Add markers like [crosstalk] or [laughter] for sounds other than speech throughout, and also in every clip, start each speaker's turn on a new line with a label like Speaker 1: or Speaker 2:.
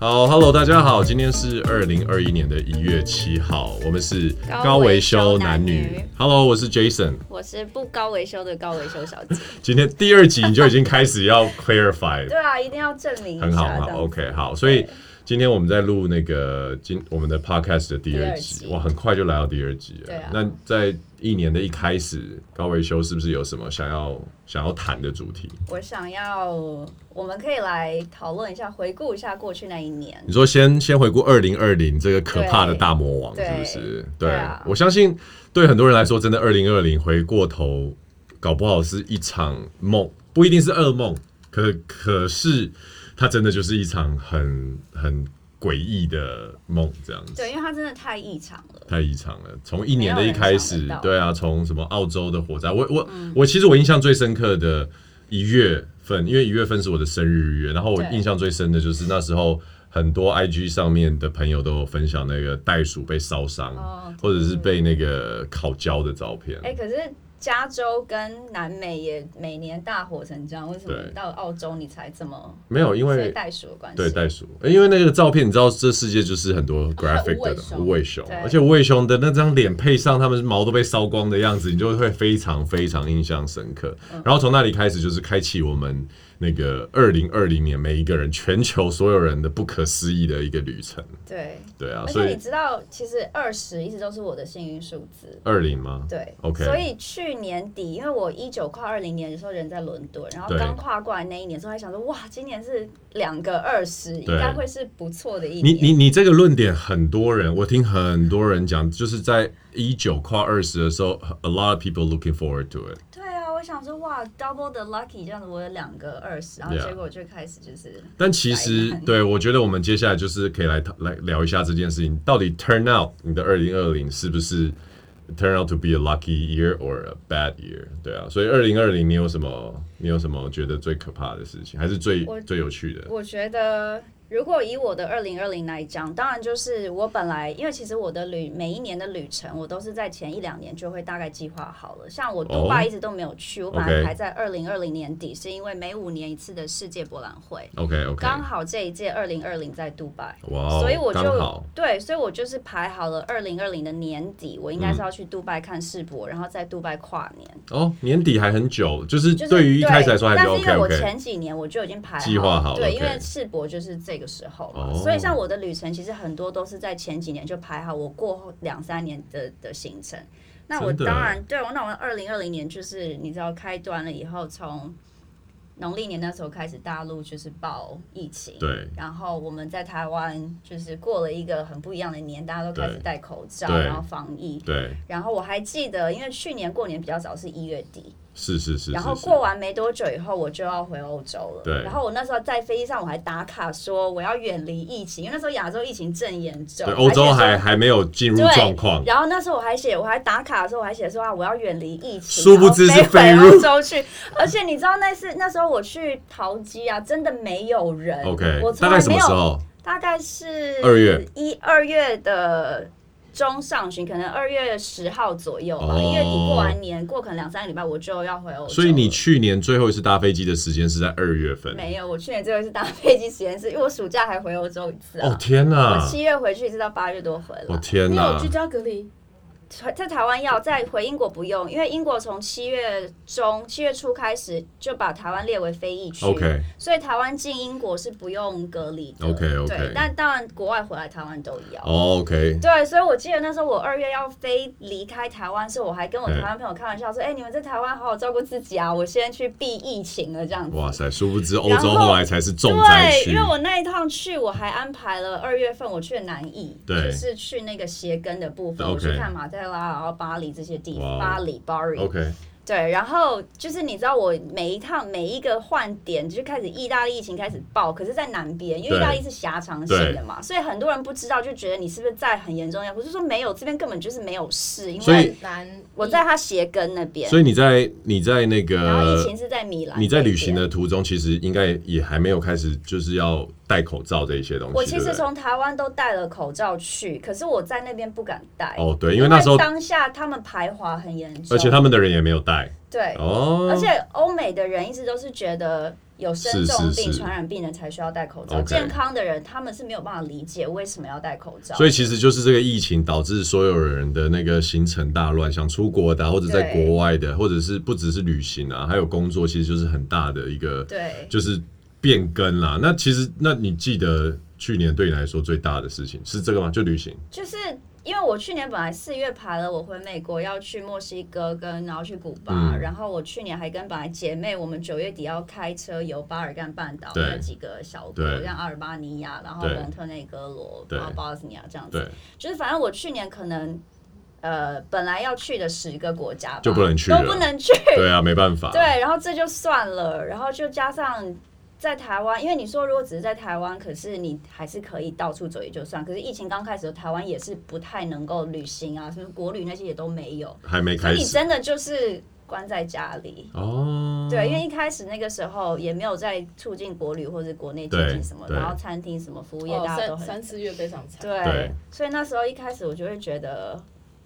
Speaker 1: 好，Hello，大家好，今天是二零二一年的一月七号，我们是高维修男
Speaker 2: 高维修男
Speaker 1: 女
Speaker 2: 女。
Speaker 1: Hello，我是 Jason。
Speaker 2: 我是不高维修的高维修小姐。
Speaker 1: 今天第二集你就已经开始要 clarify，
Speaker 2: [laughs] 对啊，一定要证明一下。
Speaker 1: 很好，很
Speaker 2: 这
Speaker 1: 好
Speaker 2: 样
Speaker 1: ，OK，好。所以今天我们在录那个今我们的 podcast 的第
Speaker 2: 第
Speaker 1: 二
Speaker 2: 二
Speaker 1: 集，
Speaker 2: 集
Speaker 1: 哇，很快就来到第二集了。
Speaker 2: 对啊
Speaker 1: 那在一年的一开始，高维修是不是有什么想要想要谈的主题？
Speaker 2: 我想要，我们可以来讨论一下，回顾一下过去那一年。
Speaker 1: 你说先先回顾二零二零这个可怕的大魔王，
Speaker 2: 对
Speaker 1: 是不是？
Speaker 2: 对啊
Speaker 1: 我相信对很多人来说，真的二零二零回过头，搞不好是一场梦，不一定是噩梦，可可是它真的就是一场很很诡异的梦，这样子。
Speaker 2: 对，因为它真的太异常了。
Speaker 1: 太异常了！从一年的一开
Speaker 2: 没有人
Speaker 1: 始
Speaker 2: 想得，到嗯
Speaker 1: 对啊，从什么澳洲的火灾，我我、我其实我印象最深刻的一月份，因为一月份是我的生日月，然后我
Speaker 2: 对
Speaker 1: 印象最深的就是那时候很多 IG 上面的朋友都有分享那个袋鼠被烧伤，
Speaker 2: 哦
Speaker 1: 或者是被那个烤焦的照片。
Speaker 2: 哎、可是加州跟南美也每年大火成这样，为什么
Speaker 1: 对
Speaker 2: 到澳洲你才这么？
Speaker 1: 没有，因
Speaker 2: 所以
Speaker 1: 为
Speaker 2: 袋鼠的关系。
Speaker 1: 对袋鼠，因为那个照片，你知道这世界就是很多 graphic 的
Speaker 2: 它
Speaker 1: 无
Speaker 2: 无
Speaker 1: 尾
Speaker 2: 尾
Speaker 1: 熊
Speaker 2: 啊熊，对
Speaker 1: 而且无尾熊的那张脸配上他们毛都被烧光的样子，你就会非常非常印象深刻。
Speaker 2: 嗯
Speaker 1: 然后从那里开始，就是开启我们那个二零二零年每一个人全球所有人的不可思议的一个旅程。
Speaker 2: 对。
Speaker 1: 对啊，
Speaker 2: 而
Speaker 1: 所
Speaker 2: 且你
Speaker 1: 以
Speaker 2: 知道，其实二十一直都是我的幸运数字。
Speaker 1: 二零吗？
Speaker 2: 对
Speaker 1: OK
Speaker 2: 所以去年底，因为我一九跨二零年的时候人在伦敦，然后
Speaker 1: 对
Speaker 2: 刚跨过来那一年之后，还想说哇，今年是两个二十，应该会是不错的一
Speaker 1: 你
Speaker 2: 年。
Speaker 1: 你你这个论点，很多人我听很多人讲，就是在一九跨二十的时候，a lot of people looking forward to it。
Speaker 2: 对啊，我想说哇，double the lucky 这样子，我有两个二十，然后
Speaker 1: Yeah
Speaker 2: 结果我就开始就是
Speaker 1: 但其实
Speaker 2: 白，烂
Speaker 1: 对我觉得我们接下来就是可以来讨来聊一下这件事情，到底 turn out 你的二零二零是不是 turn out to be a lucky year or a bad year？对啊，所以二零二零你有什么你有什么觉得最可怕的事情，还是最
Speaker 2: 我
Speaker 1: 最有趣的？
Speaker 2: 我觉得，如果以我的二零二零来讲，当然就是我本来，因为其实我的旅每一年的旅程，我都是在前一两年就会大概计划好了。像我
Speaker 1: 哦
Speaker 2: 杜拜一直都没有去，我本
Speaker 1: OK
Speaker 2: 来排在二零二零年底，是因为每五年一次的世界博览会，
Speaker 1: OK OK，
Speaker 2: 刚好这一届二零二零在杜拜。
Speaker 1: 哇哦，
Speaker 2: 所以我
Speaker 1: 刚
Speaker 2: 就
Speaker 1: 好
Speaker 2: 对，所以我就是排好了二零二零的年底，我应
Speaker 1: 嗯
Speaker 2: 该是要去杜拜看世博，然后在杜拜跨年。
Speaker 1: 哦，年底还很久，就是
Speaker 2: 就是
Speaker 1: 对于一开始来说还比较
Speaker 2: 但是因
Speaker 1: OK
Speaker 2: 为我
Speaker 1: OK。
Speaker 2: 前几年我就已经排
Speaker 1: 计划好
Speaker 2: 好，对，
Speaker 1: OK
Speaker 2: 因为世博就是这个时候嘛，
Speaker 1: 哦
Speaker 2: 所以像我的旅程其实很多都是在前几年就排好，我过后两三年的的行程。那我
Speaker 1: 真的
Speaker 2: 当然对，我那我二零二零年就是你知道开端了以后，从农历年那时候开始，大陆就是爆疫情，
Speaker 1: 对
Speaker 2: 然后我们在台湾就是过了一个很不一样的年，大家都开始
Speaker 1: 对
Speaker 2: 戴口罩，
Speaker 1: 对
Speaker 2: 然后防疫。
Speaker 1: 对，
Speaker 2: 然后我还记得，因为去年过年比较早，是一月底，
Speaker 1: 是是是是
Speaker 2: 然后
Speaker 1: 是
Speaker 2: 过完没多久以后，我就要回欧洲了。
Speaker 1: 对
Speaker 2: 然后我那时候在飞机上，我还打卡说我要远离疫情，因为那时候亚洲疫情正严重，
Speaker 1: 对欧洲
Speaker 2: 而且
Speaker 1: 还
Speaker 2: 说
Speaker 1: 还没有进入
Speaker 2: 对
Speaker 1: 状况，
Speaker 2: 然后那时候我还写，我还打卡的时候，我还写说啊，我要远离疫情，
Speaker 1: 殊不知是
Speaker 2: 然后飞
Speaker 1: 飞
Speaker 2: 回
Speaker 1: 入
Speaker 2: 欧洲去。而且你知道那是那时候我去淘机啊，真的没有人。
Speaker 1: OK，
Speaker 2: 我从
Speaker 1: 大
Speaker 2: 来
Speaker 1: 概什
Speaker 2: 没
Speaker 1: 么
Speaker 2: 有
Speaker 1: 时候？
Speaker 2: 大概是
Speaker 1: 二月
Speaker 2: 一二月的中上旬，可能二月十号左右吧。
Speaker 1: 哦
Speaker 2: 一月底过完年，过可能两三个礼拜，我就要回欧洲了。
Speaker 1: 所以你去年最后一次搭飞机的时间是在二月份。
Speaker 2: 没有，我去年最后一次搭飞机实验室，因为我暑假还回欧洲一次
Speaker 1: 哦
Speaker 2: 啊。
Speaker 1: 天
Speaker 2: 我
Speaker 1: 哪！
Speaker 2: 七月回去一直到八月多回来。
Speaker 1: 我天
Speaker 3: 你有
Speaker 1: 哪！
Speaker 3: 居家隔离？
Speaker 2: 在台湾要，在回英国不用，因为英国从七月中、七月初开始就把台湾列为非疫区
Speaker 1: OK
Speaker 2: 所以台湾进英国是不用隔离的。
Speaker 1: OK，OK
Speaker 2: 对，但当然国外回来台湾都要。
Speaker 1: 哦 OK，
Speaker 2: 对，所以我记得那时候我二月要飞离开台湾的时候，我还跟我
Speaker 1: 嗯
Speaker 2: 台湾朋友开玩笑说：“哎、你们在台湾好好照顾自己啊，我现在去避疫情了这样子。”
Speaker 1: 哇塞！殊不知欧
Speaker 2: 然
Speaker 1: 洲
Speaker 2: 后
Speaker 1: 后来才是重灾
Speaker 2: 对，
Speaker 1: 区
Speaker 2: 因为。我那一趟去，我还安排了二月份我去的南艺，
Speaker 1: 对
Speaker 2: 就是去那个鞋跟的部分，
Speaker 1: OK
Speaker 2: 我去看马黛拉，啊然后巴黎这些地
Speaker 1: 哇哦
Speaker 2: 方，巴黎 b a r i
Speaker 1: OK，
Speaker 2: 对，然后就是你知道我每一趟每一个换点就开始意大利疫情开始爆，可是在南边，因为
Speaker 1: 对
Speaker 2: 意大利是狭长性的嘛，所以很多人不知道就觉得你是不是在很严重要，我就说没有，这边根本就是没有事，因
Speaker 1: 所以
Speaker 2: 为
Speaker 3: 难，
Speaker 2: 我在他鞋跟那边，
Speaker 1: 所以你在你在那
Speaker 2: 然后疫
Speaker 1: 个
Speaker 2: 情是在米兰，
Speaker 1: 你在旅行。的途中，其实应该也还没有开始，就是要戴口罩这一些东西。
Speaker 2: 我其
Speaker 1: 对
Speaker 2: 实
Speaker 1: 不对
Speaker 2: 从台湾都戴了口罩去，可是我在那边不敢戴。
Speaker 1: 哦对，因为那时候
Speaker 2: 当下他们排华很严重，
Speaker 1: 而且他们的人也没有戴，
Speaker 2: 对，
Speaker 1: 哦，
Speaker 2: 而且欧美的人一直都是觉得有生
Speaker 1: 是是
Speaker 2: 重
Speaker 1: 是
Speaker 2: 病、传染病的才需要戴口罩
Speaker 1: OK
Speaker 2: 健康的人他们是没有办法理解为什么要戴口罩。
Speaker 1: 所以其实就是这个疫情导致所有人的那个行程大乱，想出国的啊、或者在
Speaker 2: 对
Speaker 1: 国外的，或者是不只是旅行啊，还有工作，其实就是很大的一个
Speaker 2: 对，
Speaker 1: 就是变更啦。那其实那你记得去年对你来说最大的事情是这个吗？就旅行
Speaker 2: 就是因为我去年本来四月排了，我回美国要去墨西哥跟然后去古巴，
Speaker 1: 嗯
Speaker 2: 然后我去年还跟本来姐妹，我们九月底要开车游巴尔干半岛
Speaker 1: 对
Speaker 2: 那几个小国，
Speaker 1: 对
Speaker 2: 像阿尔巴尼亚，然后
Speaker 1: 对
Speaker 2: 蒙特内哥罗，
Speaker 1: 对
Speaker 2: 然后波斯尼亚这样子，
Speaker 1: 对，
Speaker 2: 就是反正我去年可能。呃，本来要去的十个国家吧
Speaker 1: 就不能去
Speaker 2: 都
Speaker 1: 了
Speaker 2: 不能去，
Speaker 1: 对啊，没办法，
Speaker 2: 对，然后这就算了，然后就加上在台湾，因为你说如果只是在台湾，可是你还是可以到处走也就算。可是疫情刚开始的时候，台湾也是不太能够旅行啊，什么国旅那些也都没有，
Speaker 1: 还没
Speaker 2: 所
Speaker 1: 开
Speaker 2: 以你
Speaker 1: 始
Speaker 2: 真的就是关在家里。
Speaker 1: 哦，
Speaker 2: 对，因为一开始那个时候也没有在促进国旅或者国内经济
Speaker 1: 对
Speaker 2: 什么，
Speaker 1: 对
Speaker 2: 然后餐厅什么服务业
Speaker 3: 哦
Speaker 2: 大家都
Speaker 3: 三
Speaker 2: 很
Speaker 3: 三四月非常惨，
Speaker 2: 对，
Speaker 1: 对
Speaker 2: 所以那时候一开始我就会觉得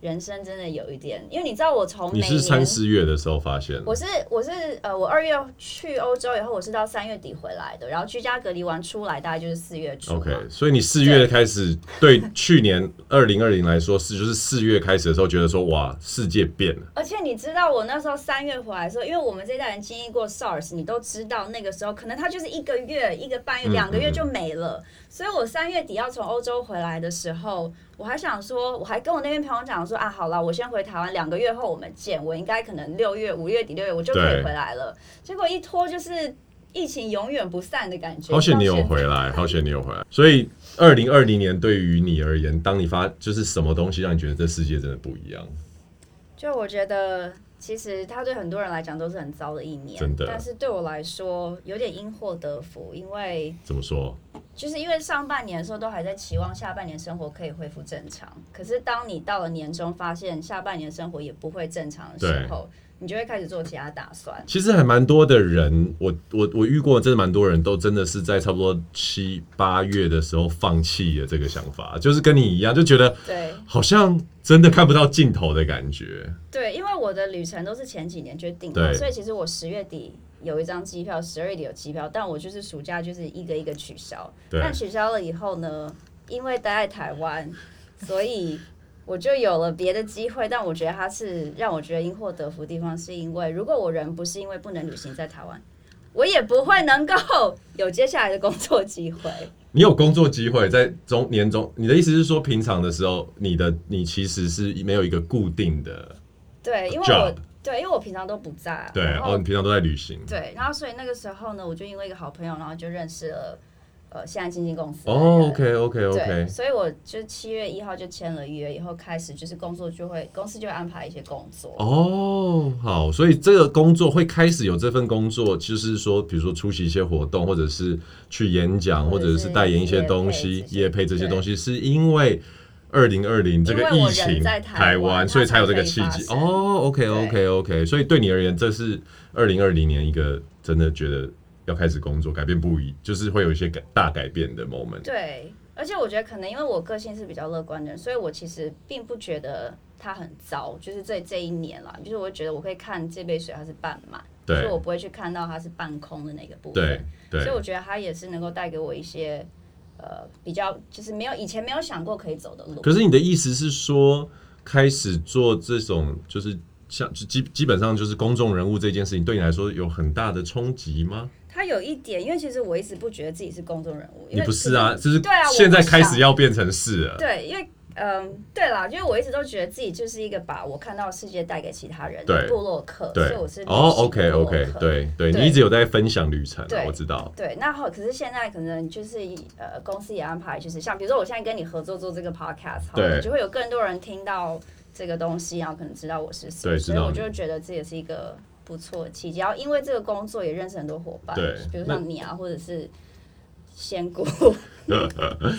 Speaker 2: 人生真的有一点，因为你知道我从每
Speaker 1: 你是
Speaker 2: 年
Speaker 1: 三四月的时候发现，
Speaker 2: 我是我是呃，我二月去欧洲以后，我是到三月底回来的，然后居家隔离完出来，大概就是四月初嘛。
Speaker 1: OK，所以你四月开始，对
Speaker 2: [laughs]
Speaker 1: 去年二零二零来说是就是四月开始的时候，觉得说哇，世界变了，
Speaker 2: 而且你知道，我那时候三月回来的时候，因为我们这一代人经历过 SARS，你都知道那个时候可能它就是一个月、一个半月、
Speaker 1: 嗯
Speaker 2: 两个月
Speaker 1: 嗯
Speaker 2: 就没了。所以我三月底要从欧洲回来的时候，我还想说，我还跟我那边朋友讲说啊，好了，我先回台湾，两个月后我们见，我应该可能六月、五月底、六月我就可以
Speaker 1: 对
Speaker 2: 回来了。结果一拖就是疫情永远不散的感觉。
Speaker 1: 好险
Speaker 2: 到
Speaker 1: 你有
Speaker 2: 现在
Speaker 1: 回来，好险你有回来。所以二零二零年对于你而言，当你发就是什么东西让你觉得这世界真的不一样？
Speaker 2: 就我觉得，其实它对很多人来讲都是很糟的一年，
Speaker 1: 真的
Speaker 2: 但是对我来说，有点因祸得福，因为
Speaker 1: 怎么说？
Speaker 2: 就是因为上半年的时候都还在期望下半年生活可以恢复正常，可是当你到了年终，发现下半年生活也不会正常的时候，你就会开始做其他打算。
Speaker 1: 其实还蛮多的人，我我我遇过，真的蛮多人都真的是在差不多七八月的时候放弃了这个想法，就是跟你一样，就觉得
Speaker 2: 对
Speaker 1: 好像真的看不到尽头的感觉。
Speaker 2: 对，因为我的旅程都是前几年决定的，
Speaker 1: 对
Speaker 2: 所以其实我十月底。有一张机票，十二月底有机票，但我就是暑假就是一个一个取消，
Speaker 1: 对，
Speaker 2: 但取消了以后呢，因为待在台湾，所以我就有了别的机会。但我觉得它是让我觉得因祸得福的地方，是因为如果我人不是因为不能旅行在台湾，我也不会能够有接下来的工作机会。
Speaker 1: 你有工作机会在中年中，你的意思是说，平常的时候，你的你其实是没有一个固定的
Speaker 2: 对，因为我
Speaker 1: job，
Speaker 2: 对，因为我平常都不在啊，
Speaker 1: 对，
Speaker 2: 然
Speaker 1: 哦，
Speaker 2: 后
Speaker 1: 你平常都在旅行，
Speaker 2: 对，然后所以那个时候呢，我就因为一个好朋友，然后就认识了呃现在经纪公司的
Speaker 1: 哦
Speaker 2: 人
Speaker 1: ，OK OK
Speaker 2: 对，
Speaker 1: OK，
Speaker 2: 所以我就七月一号就签了约，以后开始就是工作就会公司就会安排一些工作。
Speaker 1: 哦，好，所以这个工作会开始有这份工作，就是说，比如说出席一些活动，或者是去演讲，
Speaker 2: 或
Speaker 1: 或
Speaker 2: 者
Speaker 1: 者
Speaker 2: 是
Speaker 1: 是代言一些东西，
Speaker 2: 业
Speaker 1: 业
Speaker 2: 配
Speaker 1: 配
Speaker 2: 这
Speaker 1: 这
Speaker 2: 些
Speaker 1: 些东西，是因为二零二零这个
Speaker 2: 因为
Speaker 1: 疫
Speaker 2: 我人
Speaker 1: 情
Speaker 2: 在台湾它
Speaker 1: 所以才有这个
Speaker 2: 才可以
Speaker 1: 契
Speaker 2: 发
Speaker 1: 机。
Speaker 2: 生
Speaker 1: 哦，OK OK OK，所以对你而言，这是二零二零年一个真的觉得要开始工作，改变不一，就是会有一些改大改变的 moment。
Speaker 2: 对，而且我觉得可能因为我个性是比较乐观的人，所以我其实并不觉得它很糟，就是这这一年啦，就是我会觉得我会看这杯水它是半满，所以
Speaker 1: 对
Speaker 2: 我不会去看到它是半空的那个部
Speaker 1: 对
Speaker 2: 分，所以
Speaker 1: 对
Speaker 2: 我觉得它也是能够带给我一些呃比较就是没有以前没有想过可以走的路。
Speaker 1: 可是你的意思是说，开始做这种就是像就基基本上就是公众人物这件事情，对你来说有很大的冲击吗？
Speaker 2: 它有一点，因为其实我一直不觉得自己是公众人物，因
Speaker 1: 你
Speaker 2: 为
Speaker 1: 不是
Speaker 2: 其
Speaker 1: 啊，
Speaker 2: 实
Speaker 1: 就是
Speaker 2: 对啊，我
Speaker 1: 现在
Speaker 2: 不
Speaker 1: 开
Speaker 2: 想
Speaker 1: 始要变成是了。
Speaker 2: 对，因为嗯，对啦，因为我一直都觉得自己就是一个把我看到的世界带给其他人的
Speaker 1: 对
Speaker 2: 部落客，所以
Speaker 1: 对
Speaker 2: 我是，
Speaker 1: 哦
Speaker 2: 旅行
Speaker 1: ，OK
Speaker 2: 部落
Speaker 1: OK，
Speaker 2: 客
Speaker 1: 对对，
Speaker 2: 对
Speaker 1: 你一直有在分享旅程啊
Speaker 2: 对，
Speaker 1: 我知道。 [laughs]
Speaker 2: 对。那后可是现在可能就是呃，公司也安排，就是像比如说我现在跟你合作做这个 podcast，好
Speaker 1: 对
Speaker 2: 了，就会有更多人听到这个东西，然后可能知道我是谁，
Speaker 1: 对
Speaker 2: 所
Speaker 1: 知
Speaker 2: 以
Speaker 1: 道
Speaker 2: 我
Speaker 1: 你
Speaker 2: 就觉得这也是一个不错的契机。然后因为这个工作也认识很多伙伴，
Speaker 1: 对
Speaker 2: 比如
Speaker 1: 那
Speaker 2: 像你啊，或者是。仙姑，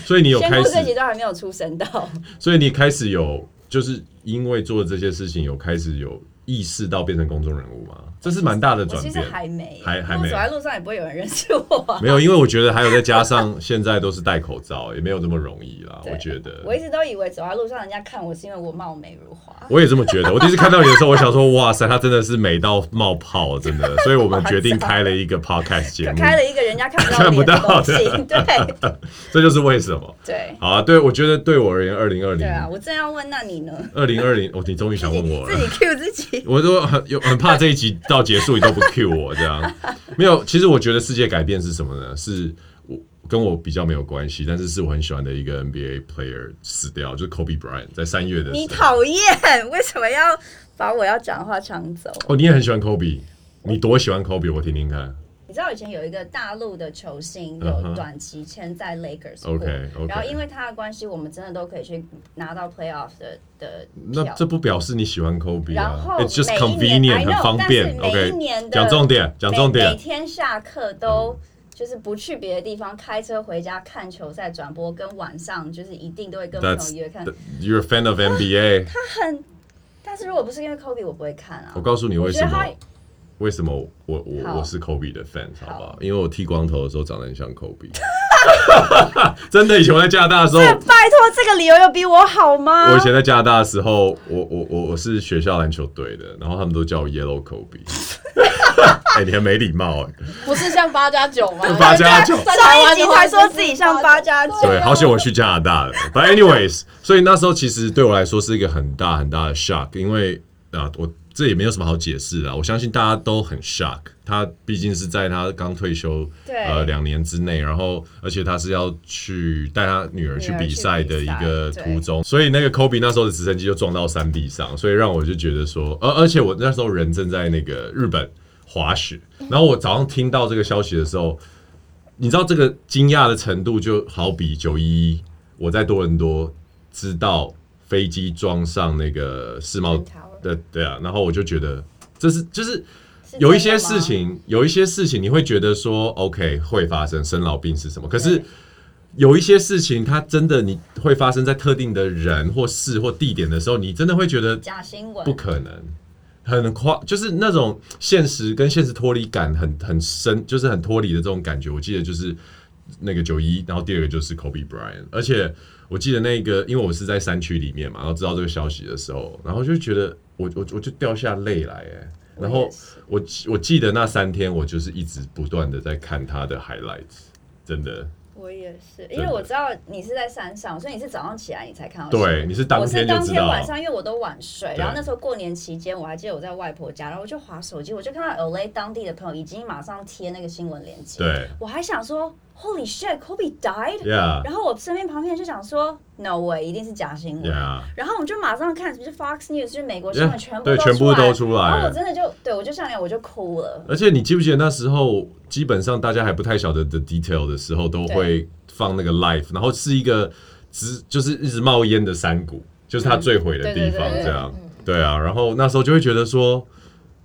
Speaker 1: 所以你有
Speaker 2: 仙
Speaker 1: 开
Speaker 2: 姑
Speaker 1: 始
Speaker 2: 这，集都还
Speaker 1: [laughs]
Speaker 2: 没有出声到，
Speaker 1: 所以你开始有，就是因为做这些事情有开始有意识到变成公众人物吗？这是蛮大的
Speaker 2: 我
Speaker 1: 转
Speaker 2: 其实
Speaker 1: 变。
Speaker 2: 还没耶，
Speaker 1: 还还
Speaker 2: 因为
Speaker 1: 没
Speaker 2: 我走在路上也不会有人认识我 [laughs] 啊、
Speaker 1: 没有，因为我觉得还有再加上现在都是戴口罩，也没有这么容易啦。
Speaker 2: 对
Speaker 1: 我觉得
Speaker 2: 我一直都以为走在路上人家看我是因为我貌美如花，
Speaker 1: 我也这么觉得。我第一次看到你的时候，我想说，哇塞，她真的是美到冒泡，真的。所以我们决定开了一个 podcast 节目，
Speaker 2: 开了一个人家看不
Speaker 1: 看不
Speaker 2: 到
Speaker 1: 到
Speaker 2: 脸
Speaker 1: [laughs]
Speaker 2: 的东西，对
Speaker 1: 这就是为什么。
Speaker 2: 对
Speaker 1: 好啊，对我觉得对我而言，二零二零，
Speaker 2: 对啊！我正要问，那你呢？
Speaker 1: 二零二零，哦，你终于想问我
Speaker 2: 自
Speaker 1: 了。
Speaker 2: 己 Q 自己，
Speaker 1: 我都很有很怕这一集到结束你都不 cue 我这样，没有。其实我觉得世界改变是什么呢？是我跟我比较没有关系，但是是我很喜欢的一个 NBA player 死掉，就是 Kobe Bryant 在三月的
Speaker 2: 你
Speaker 1: 时候。
Speaker 2: 讨厌，为什么要把我要讲的话抢走？
Speaker 1: 哦，你也很喜欢 Kobe，你多喜欢 Kobe？我听听看。
Speaker 2: 你知道以前有一个大陆的球星
Speaker 1: 嗯
Speaker 2: 有
Speaker 1: 哼
Speaker 2: 短期签在 Lakers，过
Speaker 1: OK，OK
Speaker 2: 哦然后因为他的关系，我们真的都可以去拿到 playoff 的的
Speaker 1: 那
Speaker 2: 票
Speaker 1: 这不表示你喜欢 Kobe
Speaker 2: 然
Speaker 1: 啊
Speaker 2: 后
Speaker 1: ？It's just
Speaker 2: 每一
Speaker 1: convenient，
Speaker 2: 年 I know，
Speaker 1: 很方便。
Speaker 2: 但是每一
Speaker 1: OK，
Speaker 2: 年的
Speaker 1: 讲重点，讲
Speaker 2: 每
Speaker 1: 重
Speaker 2: 每
Speaker 1: 点。嗯
Speaker 2: 天下课都就是不去别的地方，开车回家看球赛转播，跟晚上就是一定都会跟朋
Speaker 1: That's
Speaker 2: 友约看。
Speaker 1: you're a fan of NBA，
Speaker 2: 但是如果不是因为 Kobe，我不会看啊
Speaker 1: 我。告诉你为什
Speaker 2: 我觉
Speaker 1: 么
Speaker 2: 得他。
Speaker 1: 为什么我
Speaker 2: 好
Speaker 1: 我我是 Kobe 的 fan 好不
Speaker 2: 好
Speaker 1: 好？因为我剃光头的时候长得很像 Kobe，真的。以前我在加拿大的时候，
Speaker 2: 哎拜托，这个理由有比我好吗？
Speaker 1: 我以前在加拿大的时候，我我我我是学校篮球队的，然后他们都叫我 Yellow Kobe。哎、你很没礼貌哎、
Speaker 3: [laughs] 不是像八加九吗？
Speaker 1: 八加九
Speaker 3: 在台湾的话
Speaker 2: 上一集才说自己像八加九
Speaker 1: 对，好险我去加拿大了。But [laughs] anyways，所以那时候其实对我来说是一个很大很大的 shock，因为啊，我这也没有什么好解释的。我相信大家都很 shock，他毕竟是在他刚退休
Speaker 2: 对
Speaker 1: 呃两年之内，然后而且他是要去带他女儿去
Speaker 2: 女儿去
Speaker 1: 比赛的
Speaker 2: 比
Speaker 1: 一
Speaker 2: 赛
Speaker 1: 个
Speaker 2: 对
Speaker 1: 途中，所以那个 Kobe 那时候的直升机就撞到山壁上，所以让我就觉得说，呃而、而且我那时候人正在那个日本滑雪，
Speaker 2: 嗯
Speaker 1: 然后我早上听到这个消息的时候。你知道这个惊讶的程度，就好比九一一，我在多伦多知道飞机装上那个世贸
Speaker 2: Twin Tower
Speaker 1: 的，对啊，然后我就觉得这是就是
Speaker 2: 是真的吗
Speaker 1: 有一些事，情，有一些事情你会觉得说 OK 会发生，生老病死什么，可是
Speaker 2: 对。
Speaker 1: 有一些事情，它真的你会发生在特定的人或事或地点的时候，你真的会觉得
Speaker 2: 假新闻
Speaker 1: 不可能，很夸，就是那种现实跟现实脱离感很很深，就是很脱离的这种感觉。我记得就是那个九一，然后第二个就是 Kobe Bryant，而且我记得那个，因为我是在山区里面嘛，然后知道这个消息的时候，然后就觉得我我我就掉下泪来哎、然
Speaker 2: 我
Speaker 1: 后
Speaker 2: 也是
Speaker 1: 我记我记得那三天，我就是一直不断的在看他的 highlights，真的，
Speaker 2: 我也是，
Speaker 1: 的
Speaker 2: 因为我知道你是在山上，所以你是早上起来你才看到。
Speaker 1: 对，。你是当
Speaker 2: 我哦是
Speaker 1: 天就
Speaker 2: 当
Speaker 1: 知
Speaker 2: 天
Speaker 1: 道
Speaker 2: 晚上，因为我都晚睡，
Speaker 1: 对
Speaker 2: 然后那时候过年期间，我还记得我在外婆家，然后我就划手机，我就看到 LA 当地的朋友已经马上贴那个新闻链接，
Speaker 1: 对
Speaker 2: 我还想说 Holy shit，Kobe died，、
Speaker 1: ，Yeah
Speaker 2: 然后我身边旁边人就想说 No way，一定是假新闻。
Speaker 1: Yeah，
Speaker 2: 然后我们就马上看，就是 Fox News，就是美国新
Speaker 1: Yeah，
Speaker 2: 闻全部
Speaker 1: 对，
Speaker 2: 都
Speaker 1: 全部
Speaker 2: 出来
Speaker 1: 都出来
Speaker 2: 然后
Speaker 1: 了
Speaker 2: 我。真的就对我就上来我就哭了，
Speaker 1: 而且你记不记得那时候，基本上大家还不太晓得的 detail 的时候，都会放那个 live，然后是一个直就是一直冒烟的山谷，就是它坠毁的地方，
Speaker 2: 对对对对嗯
Speaker 1: 这样对啊。然后那时候就会觉得说，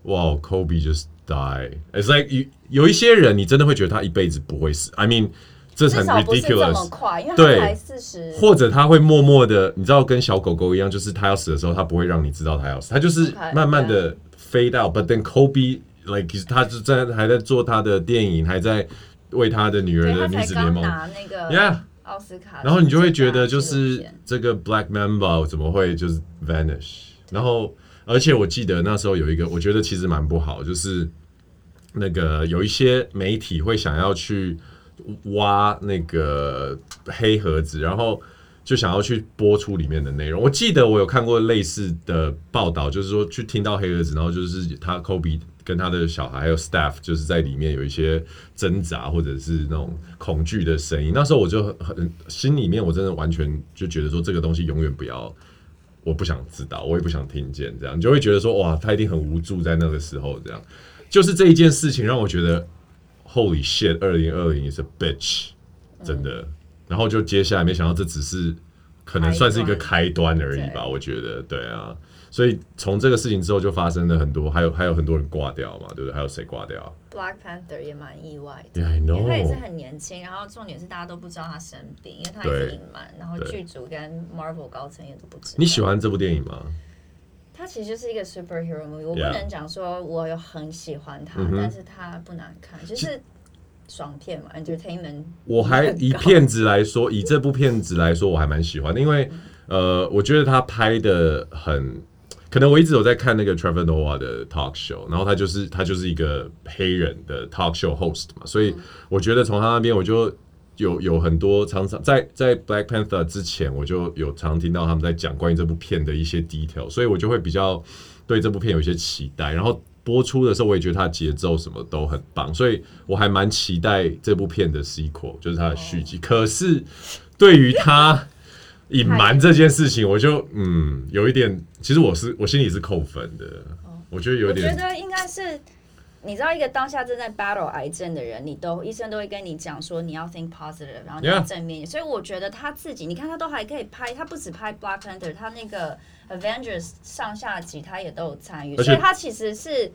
Speaker 1: 哇，Kobe just die，it's like 有有一些人，你真的会觉得他一辈子不会死，I mean，这是
Speaker 2: 至
Speaker 1: 很
Speaker 2: 少不是这么
Speaker 1: ridiculous。
Speaker 2: 快，因为
Speaker 1: 对
Speaker 2: 他才四十，
Speaker 1: 或者他会默默的，你知道，跟小狗狗一样，就是它要死的时候，它不会让你知道它要死，它就是
Speaker 2: Okay，
Speaker 1: 慢慢
Speaker 2: 啊
Speaker 1: 的飞到。But then Kobe like 他就在还在做他的电影，还在为他的女儿
Speaker 2: 对
Speaker 1: 的
Speaker 2: 他
Speaker 1: 女
Speaker 2: 才
Speaker 1: 子联
Speaker 2: 刚
Speaker 1: 盟
Speaker 2: 拿那个
Speaker 1: ，Yeah，
Speaker 2: 奥斯卡，
Speaker 1: 然后你就会觉得就
Speaker 2: 最
Speaker 1: 是
Speaker 2: 佳纪录片
Speaker 1: 这个 Black Mamba 怎么会就是 vanish？然后而且我记得那时候有一个，我觉得其实蛮不好，就是那个有一些媒体会想要去挖那个黑盒子，然后就想要去播出里面的内容。我记得我有看过类似的报道，就是说去听到黑盒子，然后就是他 Kobe 跟他的小孩还有 staff 就是在里面有一些挣扎或者是那种恐惧的声音。那时候我就很很心里面我真的完全就觉得说这个东西永远不要。我不想知道，我也不想听见，这样你就会觉得说，哇，他一定很无助，在那个时候，这样，就是这一件事情让我觉得，Holy shit，二零二零 is a bitch，真的。然后就接下来，没想到这只是可能算是一个开端而已吧，
Speaker 2: 对
Speaker 1: 我觉得，对啊。所以从这个事情之后，就发生了很多，还有还有很多人挂掉嘛，对不对？还有谁挂掉
Speaker 3: Black Panther 也蛮意外的。
Speaker 1: ？Yeah, I
Speaker 3: 因为他也是
Speaker 1: know。
Speaker 3: 很年轻，然后重点是大家都不知道他生病，因为他一
Speaker 1: 对
Speaker 3: 直隐瞒，然后
Speaker 1: 对
Speaker 3: 剧组跟 Marvel 高层也都不知道。
Speaker 1: 你喜欢这部电影吗？
Speaker 3: 它其实就是一个 superhero movie。我不
Speaker 1: Yeah
Speaker 3: 能讲说我有很喜欢它
Speaker 1: 嗯哼
Speaker 3: 但是它不难看，就是爽片嘛，entertainment。
Speaker 1: 我还
Speaker 3: 很高
Speaker 1: 以片子来说，以这部片子来说，我还蛮喜欢的，因为呃，我觉得他拍的很，可能我一直有在看那个 Trevor Noah 的 talk show，然后他就是他就是一个黑人的 talk show host 嘛，所以我觉得从他那边我就有有很多常常在在 Black Panther 之前，我就有常听到他们在讲关于这部片的一些 detail，所以我就会比较对这部片有一些期待，然后。播出的时候，我也觉得它的节奏什么都很棒，所以我还蛮期待这部片的 sequel，就是它的续
Speaker 2: 哦
Speaker 1: 集。可是对于它隐瞒这件事情，我就嗯有一点，其实我是我心里是扣分的，我觉得有
Speaker 2: 哦我觉
Speaker 1: 点
Speaker 2: 得应该是，你知道一个当下正在 battle 癌症的人，你都医生都会跟你讲说你要 think positive，然后你要
Speaker 1: Yeah
Speaker 2: 正面一点。所以我觉得他自己，你看他都还可以拍，他不止拍 Black Panther，他那个 Avengers 上下集他也都有参与，
Speaker 1: 而且
Speaker 2: 所以他其实是。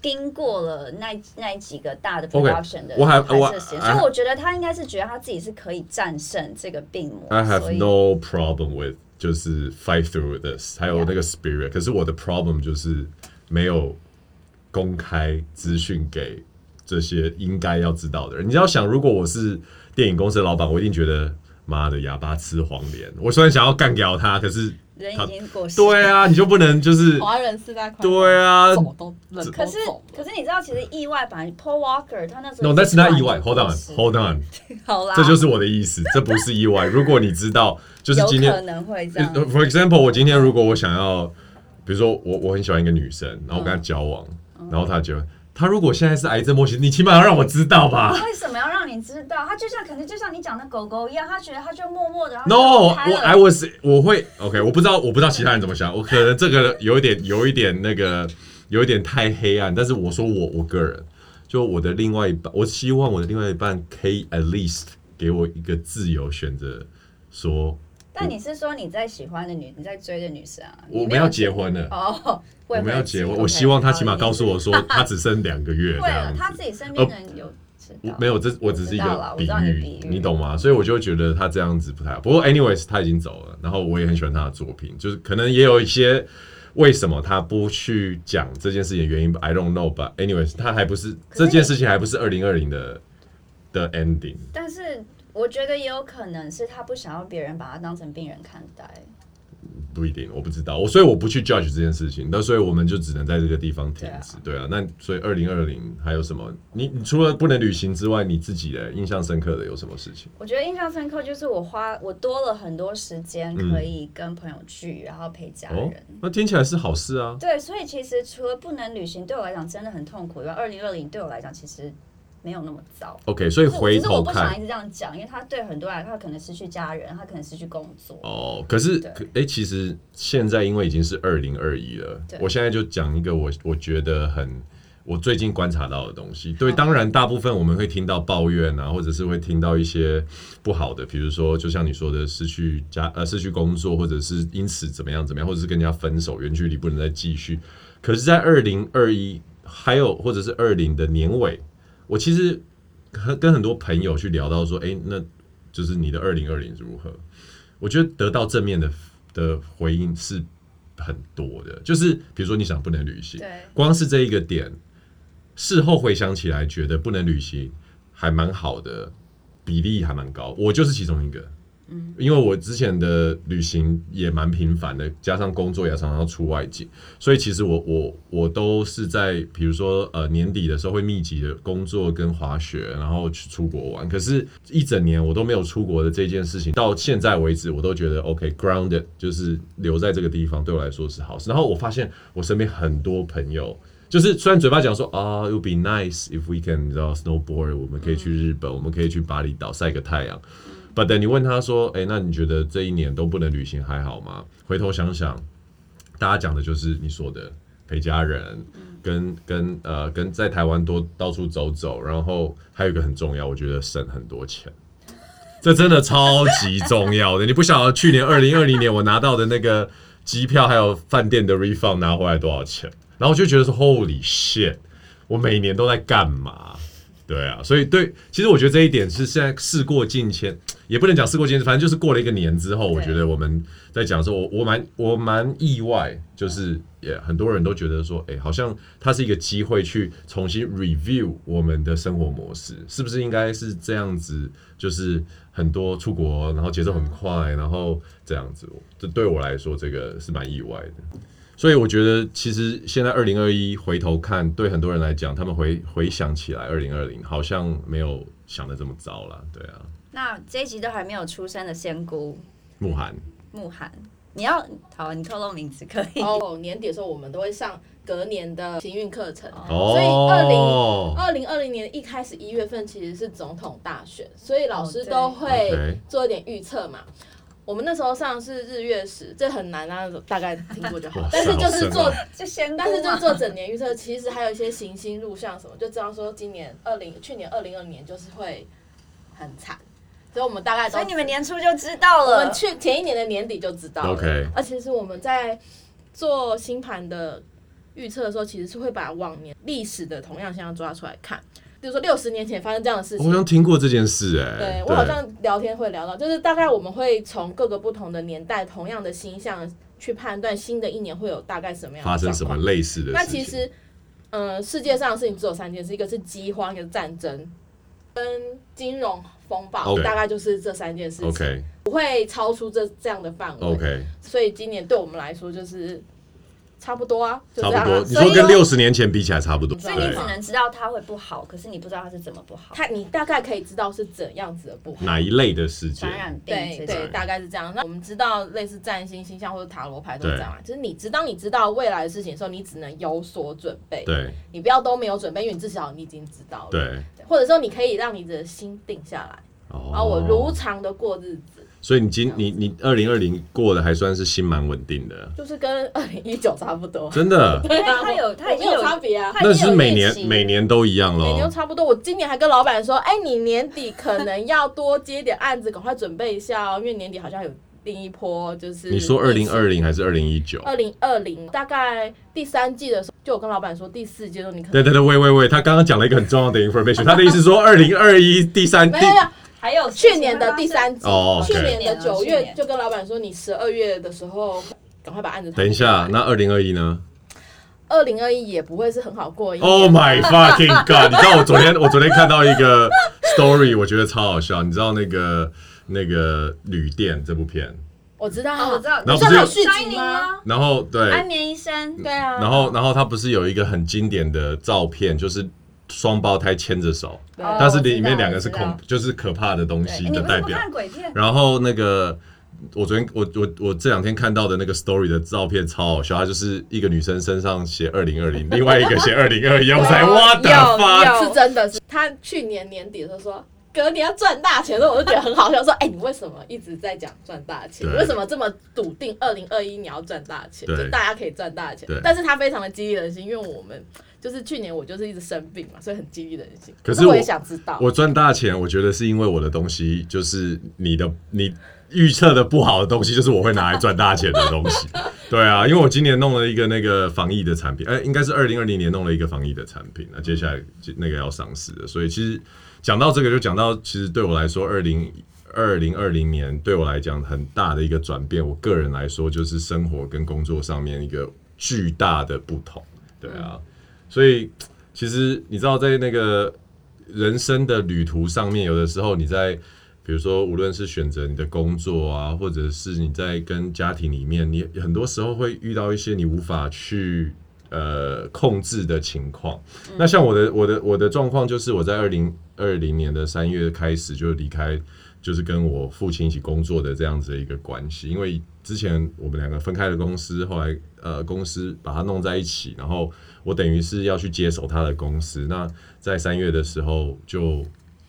Speaker 2: 经过了那那几个大的
Speaker 1: OK，
Speaker 2: production 的
Speaker 1: 我还
Speaker 2: 拍
Speaker 1: 我
Speaker 2: 摄时间，
Speaker 1: I-
Speaker 2: 所以我觉得他应该是觉得他自己是可以战胜这个病魔。
Speaker 1: I have
Speaker 2: 所以
Speaker 1: no problem with 就是 fight through this，还有
Speaker 2: Yeah
Speaker 1: 那个 spirit。可是我的 problem 就是没有公开资讯给这些应该要知道的人。你要想，如果我是电影公司的老板，我一定觉得妈的哑巴吃黄连。我虽然想要干掉他，可是
Speaker 2: 人
Speaker 1: 他
Speaker 2: 已经过世了。
Speaker 1: 对啊，你就不能就是
Speaker 4: 华人四大块，
Speaker 1: 对啊。
Speaker 4: 走都人
Speaker 2: 可
Speaker 4: 都
Speaker 2: 是
Speaker 4: 走
Speaker 2: 可
Speaker 4: 了。
Speaker 2: 是你知道，其实意外版 Paul Walker 他那时候
Speaker 1: No, that's
Speaker 2: 是
Speaker 1: not
Speaker 2: 突然
Speaker 1: 意外。Hold
Speaker 2: 过
Speaker 1: on,
Speaker 2: 世
Speaker 1: hold on，
Speaker 2: 好啦，
Speaker 1: 这就是我的意思，这不是意外。如果你知道，就是今天呃
Speaker 2: 有可能会这样。
Speaker 1: For example，我今天如果我想要，比如说我我很喜欢一个女生，然后我跟她
Speaker 2: 嗯
Speaker 1: 交往，然后她结婚，她如果现在是癌症末期，你起码要让我知道吧
Speaker 2: [laughs] 为什么要让你知道？他就像可能就像你讲的狗狗一样，他觉得他就默默的。
Speaker 1: ？No，我
Speaker 2: 然后就离开
Speaker 1: I
Speaker 2: 了
Speaker 1: was 我会 OK，我不知道我不知道其他人怎么想，我可能这个有一点有一点那个有一点太黑暗，但是我说我我个人，就我的另外一半，我希望我的另外一半可以 at least 给我一个自由选择，说
Speaker 2: 但你是说你在喜欢的女，你在追的女生啊？
Speaker 1: 我
Speaker 2: 你没
Speaker 1: 们
Speaker 2: 有
Speaker 1: 要结婚了。
Speaker 2: [laughs] 哦，
Speaker 1: 我
Speaker 2: 未
Speaker 1: 们
Speaker 2: 婚
Speaker 1: 要
Speaker 2: 妻
Speaker 1: 结婚，
Speaker 2: ，OK，
Speaker 1: 我希望他起码
Speaker 2: 好
Speaker 1: 告诉我
Speaker 2: [laughs]
Speaker 1: 说他只剩两个月这
Speaker 2: 会了
Speaker 1: 样，
Speaker 2: 啊他
Speaker 1: 子呃
Speaker 2: 自。己身边的人有知道。
Speaker 1: 我没有，这我只是一
Speaker 2: 我知道啦
Speaker 1: 个
Speaker 2: 我
Speaker 1: 比
Speaker 2: 知道你的
Speaker 1: 喻
Speaker 2: 比，喻
Speaker 1: 你懂吗？所以我就觉得他这样子不太好。不过，anyways，他已经走了，然后我也很喜欢他的作品，就是可能也有一些为什么他不去讲这件事情的原因，I don't know。But anyways，他还不是
Speaker 2: 可是
Speaker 1: 这
Speaker 2: 你
Speaker 1: 件事情还不是二零二零的的 ending。
Speaker 2: 但是我觉得也有可能是他不想要别人把他当成病人看待。
Speaker 1: 不一定，我不知道，我所以我不去 judge 这件事情，那所以我们就只能在这个地方停止，对啊。那所以二零二零还有什么？你你除了不能旅行之外，你自己的印象深刻的有什么事情？哦
Speaker 2: 我觉得印象深刻就是我花我多了很多时间
Speaker 1: 嗯
Speaker 2: 可以跟朋友聚，然后陪家
Speaker 1: 哦
Speaker 2: 人。，
Speaker 1: 那听起来是好事啊。
Speaker 2: 对，所以其实除了不能旅行对我来讲真的很痛苦以外，二零二零对我来讲其实没有那么糟。
Speaker 1: OK，所以
Speaker 2: 就是
Speaker 1: 回
Speaker 2: 只是我
Speaker 1: 头
Speaker 2: 不想一
Speaker 1: 看
Speaker 2: 直这样讲，因为他对很多人来说，他可能失去家人，他可能失去工作。
Speaker 1: 哦，可是
Speaker 2: 对
Speaker 1: 哎、诶其实现在因为已经是二零二一了
Speaker 2: 对，
Speaker 1: 我现在就讲一个我我觉得很。我最近观察到的东西，对，当然大部分我们会听到抱怨啊，或者是会听到一些不好的，比如说就像你说的，失去家呃失去工作，或者是因此怎么样怎么样，或者是跟人家分手，远距离不能再继续。可是，在二零二一还有或者是二零的年尾，我其实和跟很多朋友去聊到说，哎、那就是你的二零二零如何？我觉得得到正面的的回应是很多的，就是比如说你想不能旅行，
Speaker 2: 对
Speaker 1: 光是这一个点，事后回想起来，觉得不能旅行还蛮好的，比例还蛮高。我就是其中一个，嗯，因为我之前的旅行也蛮频繁的，加上工作也常常要出外景，所以其实我我我都是在比如说呃年底的时候会密集的工作跟滑雪，然后去出国玩。可是，一整年我都没有出国的这件事情，到现在为止，我都觉得 OK grounded，就是留在这个地方对我来说是好事。然后我发现我身边很多朋友。就是虽然嘴巴讲说啊、i t would be nice if we can，你知道 snowboard，我们可以去日本，我们可以去巴厘岛晒个太阳。But then 你问他说，哎、那你觉得这一年都不能旅行还好吗？回头想想，大家讲的就是你说的陪家人，跟跟呃跟在台湾多到处走走，然后还有一个很重要，我觉得省很多钱。这真的超级重要的，你不晓得去年二零二零年我拿到的那个机票还有饭店的 refund 拿回来多少钱，然后我就觉得说 Holy shit，我每年都在干嘛？对啊，所以对，其实我觉得这一点是现在事过境迁，也不能讲事过境迁，反正就是过了一个年之后，我觉得我们在讲说，我我蛮我蛮意外，就是也很多人都觉得说，哎、好像它是一个机会去重新 review 我们的生活模式，是不是应该是这样子？就是很多出国，然后节奏很快，然后这样子，这对我来说这个是蛮意外的。所以我觉得，其实现在二零二一回头看，对很多人来讲，他们回回想起来，二零二零好像没有想的这么糟了。对啊，
Speaker 2: 那这一集都还没有出生的仙姑
Speaker 1: 慕寒，
Speaker 2: 慕寒，你要好，你透露名字可以。
Speaker 4: 然后年底的时候，我们都会上隔年的行运课程。所以
Speaker 1: 哦，
Speaker 4: 二零二零年一开始一月份其实是总统大选，所以老
Speaker 2: 哦
Speaker 4: 师
Speaker 2: 对
Speaker 4: 都
Speaker 1: OK
Speaker 4: 会做一点预测嘛。我们那时候上的是日月食，这很难啊，大概听过就好
Speaker 1: 哇。
Speaker 4: 但是就
Speaker 1: 好
Speaker 4: 是
Speaker 1: 深哦
Speaker 4: 做
Speaker 1: 奥
Speaker 2: [laughs] 就仙
Speaker 4: 但是就做整年预测，其实还有一些行星入相什么，就知道说今年二零，去年二零二零年就是会很惨，所以我们大概都
Speaker 2: 所以你们年初就知道
Speaker 4: 我
Speaker 2: 了
Speaker 4: 们。去前一年的年底就知道了
Speaker 1: OK
Speaker 4: 而且是我们在做星盘的预测的时候，其实是会把往年历史的同样现象抓出来看，比如说六十年前发生这样的事
Speaker 1: 我好像
Speaker 4: 情。
Speaker 1: 听过这件事、哎，
Speaker 4: 对我好像聊天会聊到，就是大概我们会从各个不同的年代同样的星象去判断新的一年会有大概什么样的
Speaker 1: 发生什
Speaker 4: 状
Speaker 1: 么
Speaker 4: 况
Speaker 1: 类似的事情。
Speaker 4: 那其实，呃，世界上的事情只有三件事，一个是饥荒，一个是战争，跟金融风暴
Speaker 1: OK
Speaker 4: 大概就是这三件事情
Speaker 1: OK
Speaker 4: 不会超出这这样的范围。
Speaker 1: OK，
Speaker 4: 所以今年对我们来说就是差不多啊，就
Speaker 1: 差
Speaker 4: 这样
Speaker 1: 不多。
Speaker 4: 啊。
Speaker 1: 你
Speaker 4: 所以
Speaker 1: 说跟六十年前比起来差不多，
Speaker 2: 所以你
Speaker 1: 对
Speaker 2: 只，能知道它会不好，可是你不知道它是怎么不好。
Speaker 4: 他你大概可以知道是怎样子的不好。
Speaker 1: 哪一类的事件
Speaker 2: 传？染病
Speaker 4: 对
Speaker 2: 这
Speaker 4: 对，
Speaker 2: 种，
Speaker 4: 大概是这样。那我们知道类似占星、星象或者塔罗牌都
Speaker 1: 对
Speaker 4: 是这样啊，就是你知道你知道未来的事情的时候，你只能有所准备，
Speaker 1: 对
Speaker 4: 你不要都没有准备，因为你至少你已经知道了。
Speaker 1: 对，
Speaker 4: 或者说你可以让你的心定下来，
Speaker 1: 哦
Speaker 4: 然后我如常的过日子，
Speaker 1: 所以你今你你二零二零过得还算是心蛮稳定的，
Speaker 4: 就是跟二零一九差不多。
Speaker 1: 真的。
Speaker 4: 对啊，
Speaker 2: 它有它已经
Speaker 4: [laughs] 我没有
Speaker 2: 有
Speaker 4: 差别啊。
Speaker 2: 它
Speaker 1: 那
Speaker 2: 已经
Speaker 1: 是
Speaker 2: 有
Speaker 1: 每
Speaker 2: 预
Speaker 1: 年
Speaker 2: 期
Speaker 1: 每年都一样
Speaker 4: 每
Speaker 1: 喽
Speaker 4: 年。都差不多，我今年还跟老板说，哎，你年底可能要多接点案子，赶快准备一下哦，因为年底好像有另一波，就是
Speaker 1: 你说二零二哦零还是二零一九？
Speaker 4: 二零二零，大概第三季的时候，就我跟老板说，第四季的时候你可能
Speaker 1: 对对对，喂喂喂，他刚刚讲了一个很重要的 information，他的意思是说二零二一第三第
Speaker 4: 没有没有，
Speaker 2: 还有
Speaker 4: 去年的第三季，
Speaker 1: 哦，OK
Speaker 4: 去年的九
Speaker 2: 去
Speaker 4: 月
Speaker 2: 年
Speaker 4: 就跟老板说，你十二月的时候赶快把案子谈
Speaker 1: 等一下，那二零二一呢
Speaker 4: 二零二一也不会是很好过一年。
Speaker 1: ？Oh my fucking god！你知道我昨
Speaker 4: [laughs]
Speaker 1: 天我昨天看到一个 story，我觉得超好笑。你知道那个那个旅店这部片，
Speaker 4: 我知道，
Speaker 2: 哦，我知道，
Speaker 1: 然后不
Speaker 2: 你知
Speaker 1: 是
Speaker 2: 道
Speaker 1: 有
Speaker 4: 续集吗
Speaker 2: Shining 吗？
Speaker 1: 然后对，嗯
Speaker 2: 安眠医生，
Speaker 4: 对啊，
Speaker 1: 然
Speaker 2: 嗯
Speaker 1: 后然后他不是有一个很经典的照片，就是双胞胎牵着手，
Speaker 4: 对
Speaker 2: 哦
Speaker 1: 但是里面两个是
Speaker 2: 我知道
Speaker 1: 恐，就是可怕的东西
Speaker 2: 哎你
Speaker 1: 的
Speaker 2: 不
Speaker 1: 代
Speaker 2: 是不
Speaker 1: 表。
Speaker 2: 看鬼片？
Speaker 1: 然后那个，我昨天我我我这两天看到的那个 story 的照片超好笑，它就是一个女生身上写二零二
Speaker 2: [laughs]
Speaker 1: 零，另外一个写二零二一，我才 what the
Speaker 2: 要
Speaker 1: fuck！
Speaker 2: 要
Speaker 4: 是真的是他去年年底的时候说。哥，你要赚大钱，所以我就觉得很好
Speaker 2: [laughs]
Speaker 4: 笑，说，哎、你为什么一直在讲赚大钱？
Speaker 1: 对
Speaker 4: 为什么这么笃定？二零二一你要赚大钱，
Speaker 1: 对
Speaker 4: 就大家可以赚大钱
Speaker 1: 对。
Speaker 4: 但是他非常的激励人心，因为我们就是去年我就是一直生病嘛，所以很激励人心。
Speaker 1: 可是
Speaker 4: 是
Speaker 1: 我
Speaker 4: 也想知道，
Speaker 1: 我赚大钱，我觉得是因为我的东西就是你的你预测的不好的东西，就是我会拿来赚大钱的东西。对啊，因为我今年弄了一个那个防疫的产品，哎、应该是二零二零年弄了一个防疫的产品，那接下来就那个要上市的，所以其实讲到这个，就讲到其实对我来说，二零。二零二零年对我来讲很大的一个转变，我个人来说就是生活跟工作上面一个巨大的不同，对啊，所以其实你知道在那个人生的旅途上面，有的时候你在，比如说无论是选择你的工作啊，或者是你在跟家庭里面，你很多时候会遇到一些你无法去呃控制的情况。那像我的我的我的状况就是，我在二零二零年的三月开始就离开。就是跟我父亲一起工作的这样子的一个关系，因为之前我们两个分开的公司，后来呃公司把它弄在一起，然后我等于是要去接手他的公司。那在三月的时候就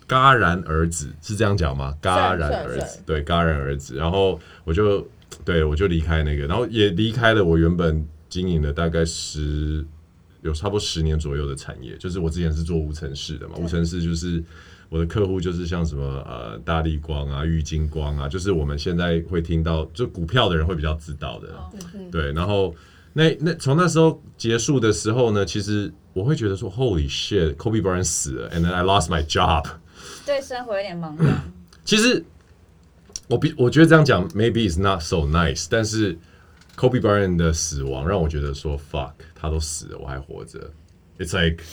Speaker 1: 戛然而止，是这样讲吗？戛然而
Speaker 4: 算
Speaker 1: 止
Speaker 4: 算，
Speaker 1: 对，戛然而止。然后我就对我就离开那个，然后也离开了我原本经营了大概十有差不多十年左右的产业，就是我之前是做无尘室的嘛，无尘室就是我的客户就是像什么呃大力光啊、玉金光啊，就是我们现在会听到，就股票的人会比较知道的，对，然后那那从那时候结束的时候呢，其实我会觉得说，Holy shit，Kobe Bryant 死了，and then I lost my job。
Speaker 2: 对生活有点茫
Speaker 1: 嗯
Speaker 2: 然。
Speaker 1: 其实我比我觉得这样讲，maybe is not so nice，但是 Kobe Bryant 的死亡让我觉得说 fuck，他都死了，我还活着。It's like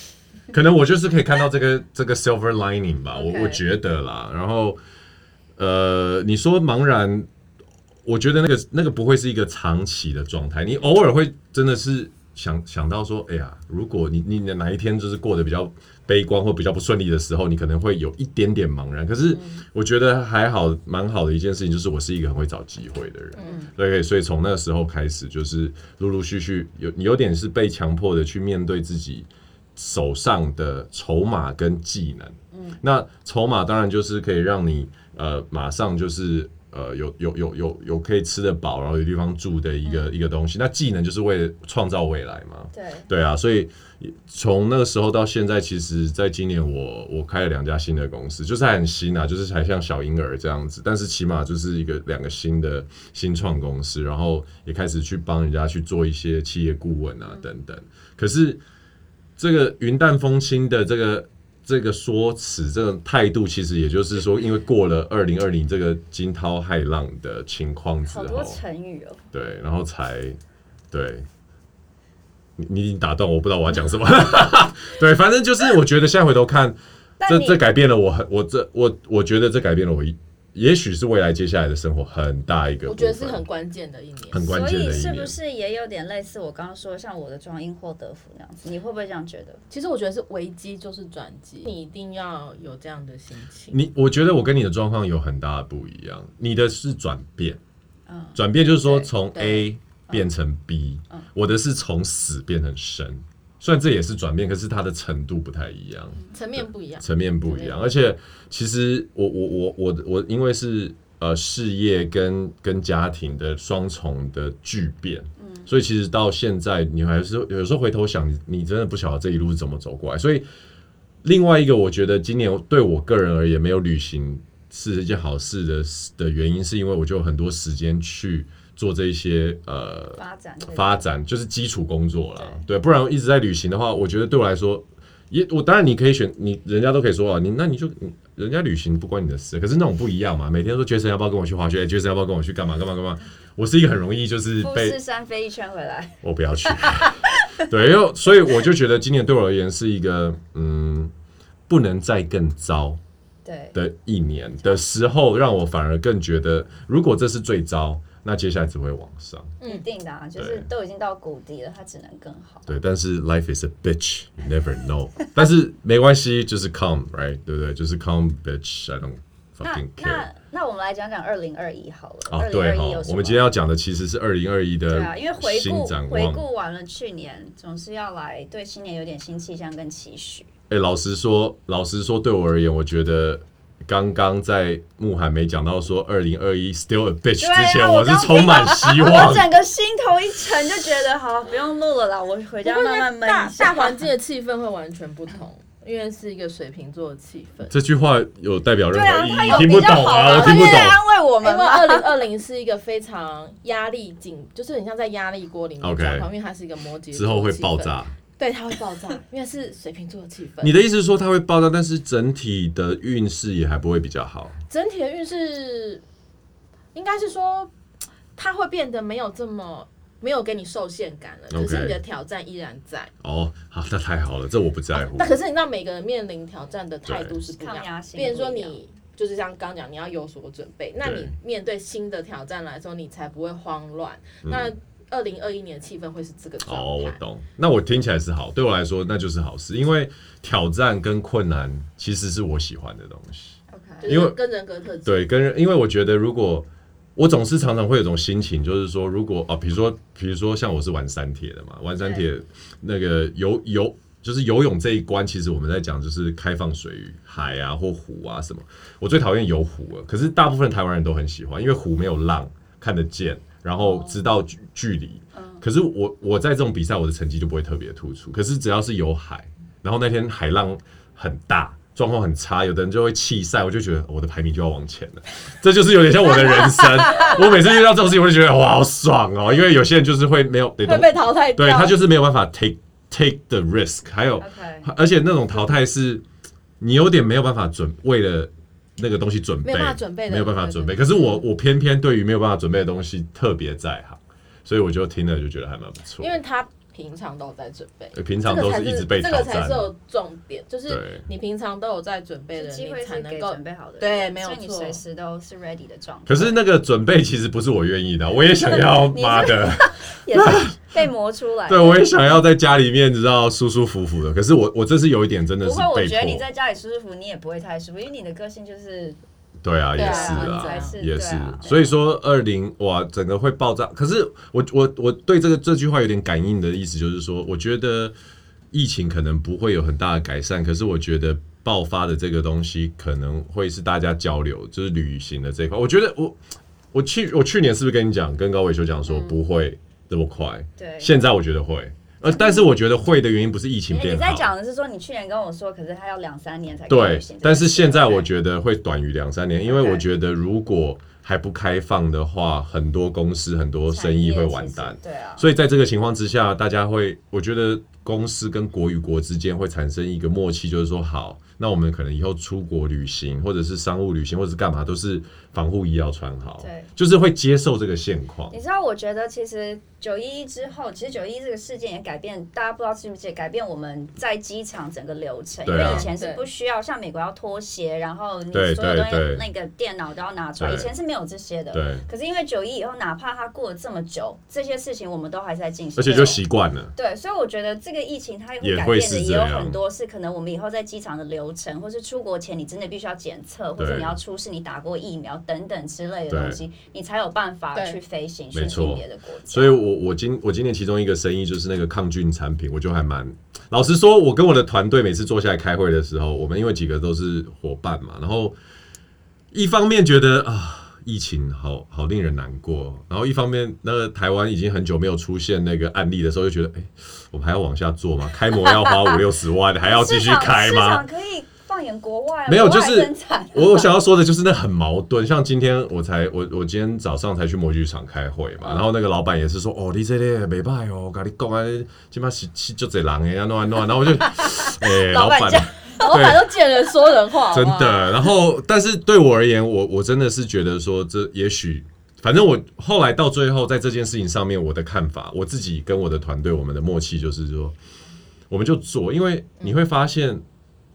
Speaker 1: 可能我就是可以看到这个 [laughs] 这个 silver lining 吧，我
Speaker 4: OK
Speaker 1: 我觉得啦。然后呃，你说茫然，我觉得那个那个不会是一个长期的状态，你偶尔会真的是。想想到说，哎呀，如果你你哪一天就是过得比较悲观或比较不顺利的时候，你可能会有一点点茫然。可是我觉得还好，蛮好的一件事情就是我是一个很会找机会的人，对，所以从那时候开始，就是陆陆续续有有点是被强迫的去面对自己手上的筹码跟技能。那筹码当然就是可以让你呃马上就是呃有有有有有可以吃得饱，然后有地方住的一个、一个东西。那技能就是为了创造未来嘛。
Speaker 2: 对，
Speaker 1: 对啊，所以从那个时候到现在，其实在今年我我开了两家新的公司，就是还很新啊，就是还像小婴儿这样子，但是起码就是一个两个新的新创公司，然后也开始去帮人家去做一些企业顾问
Speaker 2: 嗯
Speaker 1: 啊等等。可是这个云淡风轻的这个。这个说辞，这个态度，其实也就是说，因为过了二零二零这个惊涛骇浪的情况之
Speaker 2: 好
Speaker 1: 后，
Speaker 2: 多成语哦。
Speaker 1: 对，然后才对。你你已经打断我，我不知道我要讲什么。 [laughs] 对，反正就是我觉得现在回头看，
Speaker 2: 但
Speaker 1: 这
Speaker 2: 你
Speaker 1: 这改变了我很，我这我我觉得这改变了我一，也许是未来接下来的生活很大一个
Speaker 4: 我
Speaker 1: 部分，
Speaker 4: 觉得是很关键的一年。
Speaker 1: 很关
Speaker 2: 所
Speaker 1: 键
Speaker 2: 以
Speaker 1: 的一
Speaker 2: 是
Speaker 1: 年
Speaker 2: 不。是也有点类似我刚刚说像我的庄因祸得福那样子？你会不会这样觉得？
Speaker 4: 其实我觉得是危机就是转机，你一定要有这样的心情。
Speaker 1: 你我觉得我跟你的状况有很大的不一样，你的是转变，
Speaker 2: 嗯
Speaker 1: 转变就是说从
Speaker 4: 对嗯
Speaker 1: A 变成 B，、我的是从死变成生，虽然这也是转变，可是它的程度不太一样。
Speaker 4: 层面不一样，
Speaker 1: 层面不一样。而且其实我我我我我因为是呃事业跟跟家庭的双重的巨变，
Speaker 4: 嗯
Speaker 1: 所以其实到现在你还是有时候回头想，你你真的不晓得这一路是怎么走过来。所以另外一个，我觉得今年对我个人而言没有旅行是一件好事的的原因，是因为我就有很多时间去做这一些呃
Speaker 2: 发展这个
Speaker 1: 发展，就是基础工作啦。对，不然一直在旅行的话，我觉得对我来说，也我当然你可以选你，人家都可以说啊，你那你就你人家旅行不关你的事，可是那种不一样嘛，每天说 Jason 要不要跟我去滑雪、哎 j a s o n 要不要跟我去干嘛干嘛干嘛，我是一个很容易就是
Speaker 2: 富
Speaker 1: 被
Speaker 2: 士山飞一圈回来，
Speaker 1: 我不要去。 [laughs] 对，因为所以我就觉得今年对我而言是一个嗯，不能再更糟
Speaker 2: 对，
Speaker 1: 的一年的时候，让我反而更觉得，如果这是最糟，那接下来只会往上。
Speaker 2: 一定的啊，就是都已经到谷底了，它只能更好。
Speaker 1: 对，但是 life is a bitch, you never know 。 [laughs] 但是没关系，就是 come right，对不对？就是 come bitch, I don't
Speaker 2: 那
Speaker 1: fucking care。
Speaker 2: 那那我们来讲讲二零二一好
Speaker 1: 啊，
Speaker 2: 了。二零
Speaker 1: 对
Speaker 2: 二
Speaker 1: 哈
Speaker 2: 一有，什
Speaker 1: 我
Speaker 2: 么？
Speaker 1: 们今天要讲的其实是二零二一
Speaker 2: 对啊，
Speaker 1: 的
Speaker 2: 因为回
Speaker 1: 新
Speaker 2: 顾
Speaker 1: 展
Speaker 2: 回
Speaker 1: 望。
Speaker 2: 顾完了去年，总是要来对新年有点新气象跟期许。
Speaker 1: 哎、老实说，老实说，对我而言，我觉得刚刚在慕寒没讲到说二零二一 still a bitch
Speaker 2: 对啊
Speaker 1: 之前，
Speaker 2: 我
Speaker 1: 是
Speaker 2: 刚
Speaker 1: 充满
Speaker 2: [laughs]
Speaker 1: 希
Speaker 2: 我
Speaker 1: 望。
Speaker 2: 整个心头一沉，就觉得好不用录了啦，我回家慢慢闷
Speaker 4: 大
Speaker 2: 一下。
Speaker 4: 大环境的气氛会完全不 [laughs] 同，因为是一个水瓶座的气 [laughs] 氛。
Speaker 1: 这句话有代表任
Speaker 2: [laughs] 对啊
Speaker 1: 何意，义？
Speaker 2: 他有
Speaker 1: 听
Speaker 2: 比
Speaker 1: 不
Speaker 2: 较
Speaker 1: 懂
Speaker 2: 好
Speaker 1: 啊，我
Speaker 2: 他
Speaker 1: 听不
Speaker 2: 是
Speaker 1: 懂。
Speaker 2: 在安慰我
Speaker 4: 因为
Speaker 2: 们吗？
Speaker 4: 哎二零二零是一个非常压力紧，就是很像在压力锅里面
Speaker 1: OK
Speaker 4: 状况，因为它是一个摩羯座
Speaker 1: 之后会
Speaker 4: 的气氛
Speaker 1: 爆，炸。
Speaker 4: 对，它会爆炸，因为是水瓶座的气
Speaker 1: [laughs]
Speaker 4: 氛。
Speaker 1: 你的意思是说它会爆炸，但是整体的运势也还不会比较好？
Speaker 4: 整体的运势，应该是说它会变得没有这么没有给你受限感了，可
Speaker 1: OK
Speaker 4: 是你的挑战依然在。
Speaker 1: 哦，好，那太好了，这我不在乎。
Speaker 4: 那可是你知道每个人面临挑战的态度是不一
Speaker 2: 抗
Speaker 4: 样
Speaker 2: 压
Speaker 4: 的，
Speaker 2: 性
Speaker 4: 变成说
Speaker 2: 不一样
Speaker 4: 你就是像刚讲，你要有所准备，那
Speaker 1: 对
Speaker 4: 你面对新的挑战来说，你才不会慌乱。那二零二一年的气氛会是这个状态。
Speaker 1: 嗯哦，我懂。那我听起来是好，对我来说那就是好事，因为挑战跟困难其实是我喜欢的东西。
Speaker 2: OK
Speaker 4: 就是
Speaker 1: 因为
Speaker 4: 跟人格特质。
Speaker 1: 对，跟人因为我觉得如果我总是常常会有种心情，就是说，如果啊，比如说，比如说像我是玩山铁的嘛，玩山铁那个游游就是游泳这一关，其实我们在讲就是开放水域、海啊或湖啊什么。我最讨厌游湖了，可是大部分台湾人都很喜欢，因为湖没有浪，看得见，然后知道距距离。
Speaker 2: 嗯
Speaker 1: 可是我我在这种比赛，我的成绩就不会特别突出。可是只要是有海，然后那天海浪很大，状况很差，有的人就会弃赛，我就觉得哦我的排名就要往前
Speaker 2: [laughs]
Speaker 1: 了，这就是有点像我的人生。我每次遇到这种事情，我就觉得哇，好爽哦，因为有些人就是会没有，对
Speaker 2: 会被淘汰掉。
Speaker 1: 对他就是没有办法 take take the risk，还有
Speaker 2: OK，
Speaker 1: 而且那种淘汰是你有点没有办法准为了那个东西准备，
Speaker 4: 没有办法准备的
Speaker 1: 没有办法准备。
Speaker 4: 对
Speaker 1: 可是我我偏偏对于没有办法准备的东西特别在行，所以我就听了就觉得还蛮不错
Speaker 4: 因。为他平常都有在准备，
Speaker 1: 平
Speaker 4: 这
Speaker 1: 常
Speaker 4: 个
Speaker 1: 都
Speaker 4: 才
Speaker 1: 一直被
Speaker 4: 这
Speaker 1: 挑
Speaker 4: 个才
Speaker 1: 战
Speaker 4: 是，有重点，就是
Speaker 1: 对
Speaker 4: 你平常都有在准备的
Speaker 2: 这
Speaker 4: 人，
Speaker 2: 机
Speaker 4: 你
Speaker 2: 会
Speaker 4: 才
Speaker 2: 是
Speaker 4: 能
Speaker 2: 给
Speaker 4: 够
Speaker 2: 准备好的人，
Speaker 4: 对没有
Speaker 2: 所以你
Speaker 4: 错
Speaker 2: 随时都是 ready 的状态。
Speaker 1: 可是那个准备其实不是我愿意的，啊我也想要
Speaker 2: 你是
Speaker 1: 妈的，
Speaker 2: 也是被磨出来的。
Speaker 1: 对我也想要在家里面你知道舒舒服服的。可是我我这是有一点真的
Speaker 2: 不
Speaker 1: 是
Speaker 2: 会，我
Speaker 1: 被
Speaker 2: 觉得你在
Speaker 1: 迫，
Speaker 2: 家里舒舒服，你也不会太舒服，因为你的个性就是
Speaker 1: 对啊，
Speaker 4: 对
Speaker 1: 也
Speaker 4: 啊
Speaker 1: 是
Speaker 4: 你才
Speaker 1: 啊
Speaker 2: 是，
Speaker 1: 也是
Speaker 2: 对啊。
Speaker 1: 所以说二零哇，整个会爆炸。可是我我我对这个这句话有点感应的意思，就是说，我觉得疫情可能不会有很大的改善，可是我觉得。爆发的这个东西可能会是大家交流，就是旅行的这一块。我觉得我我去我去年是不是跟你讲，跟高伟修讲说不会这么快，
Speaker 2: 嗯对。
Speaker 1: 现在我觉得会，呃，但是我觉得会的原因不是疫情
Speaker 2: 因为
Speaker 1: 变
Speaker 2: 你
Speaker 1: 好，
Speaker 2: 在讲的是说，你去年跟我说，可是他要两三年才可以
Speaker 1: 对
Speaker 2: 旅行，
Speaker 1: 但是现在我
Speaker 2: 对
Speaker 1: 觉得会短于两三年，因为
Speaker 2: OK
Speaker 1: 我觉得如果还不开放的话，很多公司很多生意会完
Speaker 2: 产业
Speaker 1: 蛋
Speaker 2: 其实。对啊，
Speaker 1: 所以在这个情况之下，大家会，我觉得公司跟国与国之间会产生一个默契，就是说，好，那我们可能以后出国旅行，或者是商务旅行，或者是干嘛，都是防护衣要穿好
Speaker 2: 对，
Speaker 1: 就是会接受这个现况。
Speaker 2: 你知道，我觉得其实九一一之后，其实九一一这个事件也改变大家不知道记不记得，改变我们在机场整个流程，因
Speaker 1: 对啊
Speaker 2: 为以前是
Speaker 4: 对
Speaker 2: 不需要像美国要脱鞋，然后你所
Speaker 1: 对
Speaker 2: 有东
Speaker 1: 对
Speaker 2: 西
Speaker 1: 对
Speaker 2: 那个电脑都要拿出来，以
Speaker 1: 对
Speaker 2: 前是没有这些的。
Speaker 1: 对，
Speaker 2: 可是因为九一以后，哪怕它过了这么久，这些事情我们都还是在进行，
Speaker 1: 而且就习惯了。
Speaker 2: 对，所以我觉得这个疫情它也会
Speaker 1: 也
Speaker 2: 改
Speaker 1: 会
Speaker 2: 变的，
Speaker 1: 是
Speaker 2: 也
Speaker 1: 这
Speaker 2: 有
Speaker 1: 样
Speaker 2: 很多是可能我们以后在机场的流程，或是出国前你真的必须要检测，或者
Speaker 1: 对
Speaker 2: 你要出示你打过疫苗等等之类的
Speaker 1: 对
Speaker 2: 东西，你才有办法
Speaker 4: 对
Speaker 2: 去飞行
Speaker 1: 没
Speaker 2: 去进
Speaker 1: 错
Speaker 2: 别的国家。
Speaker 1: 所以我，我今我今年其中一个生意就是那个抗菌产品，我就还蛮老实说，我跟我的团队每次坐下来开会的时候，我们因为几个都是伙伴嘛，然后一方面觉得啊，疫情好好令人难过，然后一方面那个台湾已经很久没有出现那个案例的时候，就觉得哎、我们还要往下做吗？开模要花五六十万，还要继续开
Speaker 2: 市
Speaker 1: 吗
Speaker 2: 场？可以放眼国外啊，
Speaker 1: 没有
Speaker 2: 国外
Speaker 1: 就是
Speaker 2: 生产
Speaker 1: 我我想要说的就是那很矛盾，像今天我才我我今天早上才去模具厂开会嘛，然后那个老板也是说哦，你这个没歹哦，我跟你讲啊，起码是是就这人哎，安诺安诺，然后我就， [laughs] 哎、老
Speaker 2: 老
Speaker 1: 板
Speaker 2: 板这样
Speaker 4: 老板都见人说人话，好
Speaker 1: 真
Speaker 4: 不好，
Speaker 1: 的，然后但是对我而言，我我真的是觉得说这也许。反正我后来到最后，在这件事情上面，我的看法，我自己跟我的团队，我们的默契就是说，我们就做，因为你会发现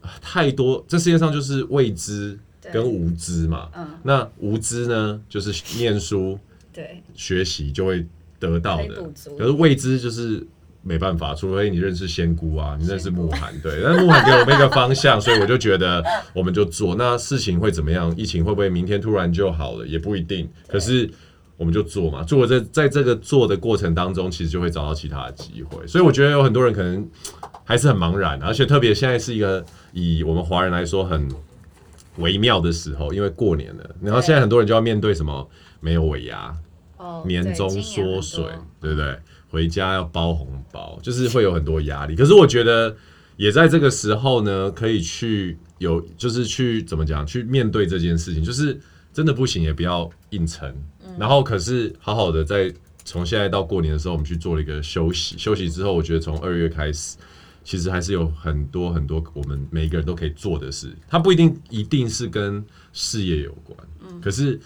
Speaker 1: 啊太多，这世界上就是未知跟
Speaker 2: 对
Speaker 1: 无知嘛。
Speaker 2: 嗯，
Speaker 1: 那无知呢，就是念书
Speaker 2: 对，
Speaker 1: 学习就会得到
Speaker 2: 可以
Speaker 1: 的
Speaker 2: 补足，
Speaker 1: 可是未知就是没办法，除非你认识仙姑啊，你认识慕寒，对，但慕寒给我们一个方向，所以我就觉得我们就做。那事情会怎么样？疫情会不会明天突然就好了？也不一定。可是。我们就做嘛，做在在这个做的过程当中，其实就会找到其他的机会，所以我觉得有很多人可能还是很茫然，啊而且特别现在是一个以我们华人来说很微妙的时候，因为过年了，然后现在很多人就要面对什么没有尾牙，
Speaker 2: 哦
Speaker 1: 年终缩水，对不对？回家要包红包，就是会有很多压力。可是我觉得，也在这个时候呢，可以去有，就是去怎么讲，去面对这件事情，就是真的不行也不要硬撑。然后，可是好好的在从现在到过年的时候，我们去做了一个休息。休息之后，我觉得从二月开始。其实还是有很多很多我们每一个人都可以做的事，它不一定一定是跟事业有关，
Speaker 2: 嗯
Speaker 1: 可是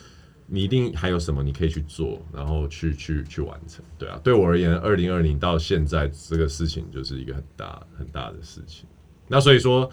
Speaker 1: 你一定还有什么你可以去做，然后去去去完成，对啊。对我而言，二零二零到现在这个事情就是一个很大很大的事情。那所以说，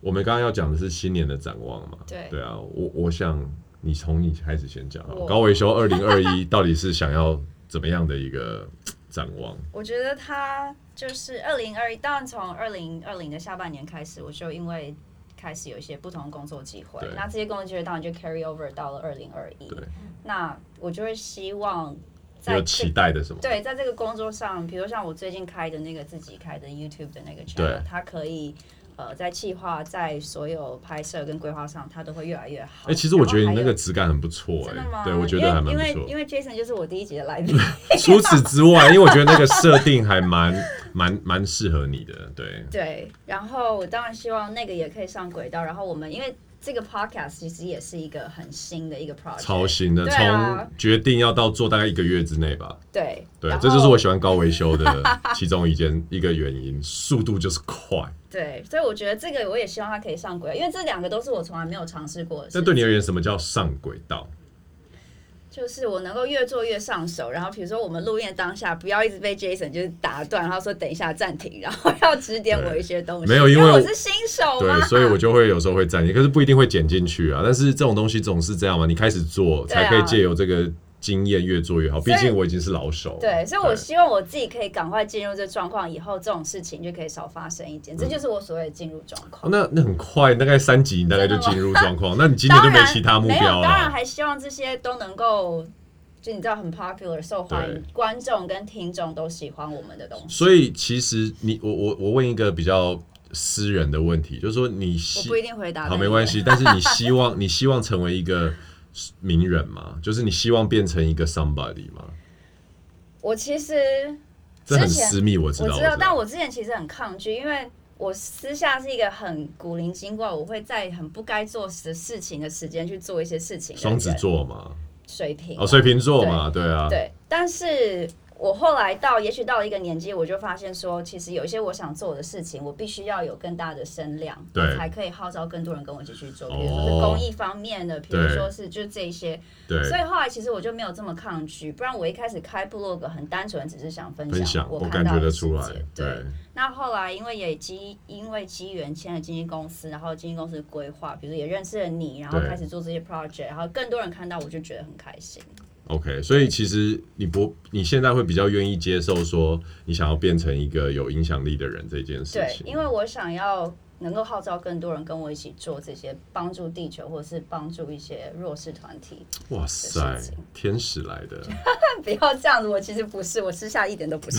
Speaker 1: 我们刚刚要讲的是新年的展望嘛，
Speaker 2: 对
Speaker 1: 啊。我我想你从你开始先讲好了，
Speaker 2: 我
Speaker 1: 高维修二零二一到底是想要怎么样的一个展望？
Speaker 2: 我觉得他就是二零二一，当然从二零二零的下半年开始，我就因为开始有一些不同的工作机会
Speaker 1: 对，
Speaker 2: 那这些工作机会当然就 carry over 到了二零二一
Speaker 1: 对。
Speaker 2: 那我就会希望
Speaker 1: 你有
Speaker 2: 在
Speaker 1: 期
Speaker 2: 这
Speaker 1: 待的什么？
Speaker 2: 对，在这个工作上，比如像我最近开的那个自己开的 YouTube 的那个
Speaker 1: 对
Speaker 2: channel，它可以呃在企划、在所有拍摄跟规划上，它都会越来越好。
Speaker 1: 哎、其实我觉得你
Speaker 2: 然后还
Speaker 1: 那
Speaker 2: 有
Speaker 1: 个质感很不错、
Speaker 2: 真的
Speaker 1: 哎
Speaker 2: 吗？，
Speaker 1: 对我觉得还蛮
Speaker 2: 因
Speaker 1: 不
Speaker 2: 为因为因
Speaker 1: 错。
Speaker 2: 为 Jason 就是我第一集的来宾，
Speaker 1: 除此之外，因为我觉得那个设定还蛮蛮蛮适合你的，对。
Speaker 2: 对。然后我当然希望那个也可以上轨道。然后我们因为这个 podcast 其实也是一个很新的一个 project，
Speaker 1: 超新的，
Speaker 2: 对
Speaker 1: 从、
Speaker 2: 啊
Speaker 1: 决定要到做大概一个月之内吧。
Speaker 2: 对
Speaker 1: 对
Speaker 2: 然，后
Speaker 1: 这就是我喜欢高维修
Speaker 2: [laughs]
Speaker 1: 的其中一件一个原因，速度就是快。
Speaker 2: 对，所以我觉得这个我也希望它可以上轨道，因为这两个都是我从来没有尝试过的事
Speaker 1: 但
Speaker 2: 情。
Speaker 1: 对你而言，什么叫上轨道？
Speaker 2: 就是我能够越做越上手，然后比如说我们录音的当下，不要一直被 Jason 就是打断，然后说等一下暂停，然后要指点我一些东西。
Speaker 1: 对没有因为
Speaker 2: 为
Speaker 1: 我
Speaker 2: 我是新手嘛
Speaker 1: 对，，所以我就会有时候会暂停，可是不一定会剪进去啊。但是这种东西总是这样嘛，你开始做
Speaker 2: 对啊
Speaker 1: 才可以借由这个经验越做越好。毕
Speaker 2: 所以
Speaker 1: 竟我已经是老手，
Speaker 2: 对，所以我希望我自己可以赶快进入这状况，以后这种事情就可以少发生一
Speaker 1: 嗯
Speaker 2: 点。这就是我所谓的进入状
Speaker 1: 哦
Speaker 2: 况。
Speaker 1: 那那很快，大概三集你大概就
Speaker 2: 真的吗
Speaker 1: 进入状
Speaker 2: [laughs]
Speaker 1: 况，那你今年
Speaker 2: 当
Speaker 1: 就
Speaker 2: 然
Speaker 1: 没其他目
Speaker 2: 没有
Speaker 1: 标
Speaker 2: 当然
Speaker 1: 了。
Speaker 2: 还希望这些都能够，就你知道很 popular 受欢迎
Speaker 1: 对，
Speaker 2: 观众跟听众都喜欢我们的东西。
Speaker 1: 所以其实你我我我问一个比较私人的问题，就是说你
Speaker 2: 我
Speaker 1: 希
Speaker 2: 不一定回答，
Speaker 1: 好，没关。系。但是你希望 [laughs] 你希望成为一个名人吗？就是你希望变成一个 somebody 吗？
Speaker 2: 我其实
Speaker 1: 这很
Speaker 2: 之前
Speaker 1: 私密，我知
Speaker 2: 我
Speaker 1: 道，
Speaker 2: 知道，但我之前其实很抗拒，因为我私下是一个很古灵精怪，我会在很不该做的事情的时间去做一些事情的
Speaker 1: 双子
Speaker 2: 人
Speaker 1: 座嘛，
Speaker 2: 水平
Speaker 1: 哦，水瓶座嘛，对啊，
Speaker 2: 对，但是我后来到，也许到了一个年纪，我就发现说，其实有一些我想做的事情，我必须要有更大的声量，
Speaker 1: 对
Speaker 2: 我才可以号召更多人跟我一起去做，比如说是
Speaker 1: 哦
Speaker 2: 公益方面的，比如
Speaker 1: 对
Speaker 2: 说是就这一些，
Speaker 1: 对
Speaker 2: 所以后来其实我就没有这么抗拒，不然我一开始开部落格很单纯，只是想分
Speaker 1: 分享
Speaker 2: 我
Speaker 1: 我
Speaker 2: 看
Speaker 1: 感
Speaker 2: 到
Speaker 1: 觉
Speaker 2: 的
Speaker 1: 得
Speaker 2: 世
Speaker 1: 出来
Speaker 2: 界，
Speaker 1: 对
Speaker 2: 对。，那后来因为也机因为机缘签了经纪公司，然后经纪公司规划，比如也认识了你，然后
Speaker 1: 对
Speaker 2: 开始做这些 project，然后更多人看到，我就觉得很开心。
Speaker 1: OK，所以其实你不，你现在会比较愿意接受说你想要变成一个有影响力的人这件事
Speaker 2: 对，
Speaker 1: 情，
Speaker 2: 因为我想要能够号召更多人跟我一起做这些帮助地球或者是帮助一些弱势团体。
Speaker 1: 哇塞
Speaker 2: 事情，
Speaker 1: 天使来的
Speaker 2: 但不要这样子，我其实不是，我私下一点
Speaker 1: [laughs]
Speaker 2: 都不是，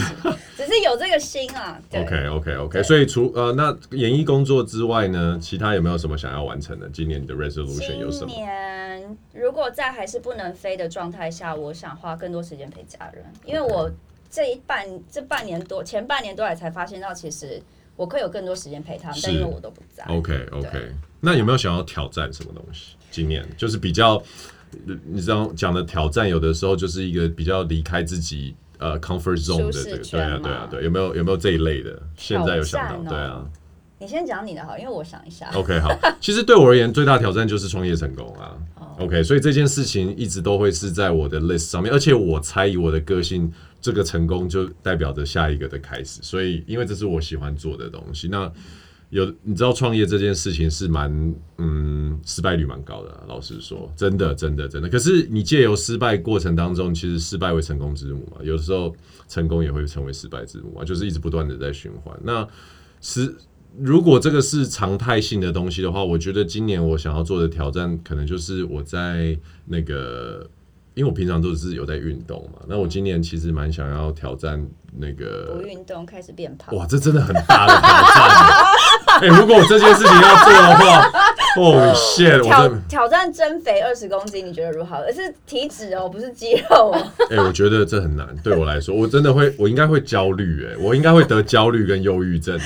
Speaker 2: 只是有这个心啊。对
Speaker 1: ，OK OK OK，
Speaker 2: 对
Speaker 1: 所以除呃那演艺工作之外呢，其他有没有什么想要完成的？今年你的 resolution 有什
Speaker 2: 今
Speaker 1: 么？
Speaker 2: 年如果在还是不能飞的状态下，我想花更多时间陪家人，因为我这一半这半年多前半年多来才发现到，其实我可以有更多时间陪他们，
Speaker 1: 是
Speaker 2: 但因为我都不在。
Speaker 1: OK OK，那有没有想要挑战什么东西？今年就是比较，呃你知道讲的挑战，有的时候就是一个比较离开自己呃 comfort zone 的
Speaker 2: 舒
Speaker 1: 这
Speaker 2: 适
Speaker 1: 个，对啊
Speaker 2: 圈嘛
Speaker 1: 对啊对，有没有有没有这一类的？现在有
Speaker 2: 挑
Speaker 1: 想到
Speaker 2: 战
Speaker 1: 对啊
Speaker 2: 哦你先讲你的好，因为我想一下。
Speaker 1: ，OK 好。其实对我而言，最大挑战就是创业成功啊。
Speaker 2: 哦
Speaker 1: OK，所以这件事情一直都会是在我的 list 上面，而且我猜以我的个性，这个成功就代表着下一个的开始。所以，因为这是我喜欢做的东西，那有你知道创业这件事情是蛮嗯失败率蛮高的啊、老实说，真的真的真的。可是你借由失败过程当中，其实失败为成功之母嘛，有时候成功也会成为失败之母啊，就是一直不断的在循环。那是如果这个是常态性的东西的话，我觉得今年我想要做的挑战，可能就是我在那个，因为我平常都是有在运动嘛，那我今年其实蛮想要挑战那
Speaker 2: 不
Speaker 1: 个，
Speaker 2: 运动开始变胖，
Speaker 1: 哇，这真的很大的挑战。哎、如果我这件事情要做的话，哦、shit，我
Speaker 2: 挑
Speaker 1: 真的。
Speaker 2: 挑战增肥二十公斤，你觉得如何？而是体脂哦，不是肌肉 [laughs] 哦。
Speaker 1: 哎、我觉得这很难，对我来说，我真的会，我应该会焦虑，哎，我应该会得焦虑跟忧郁症。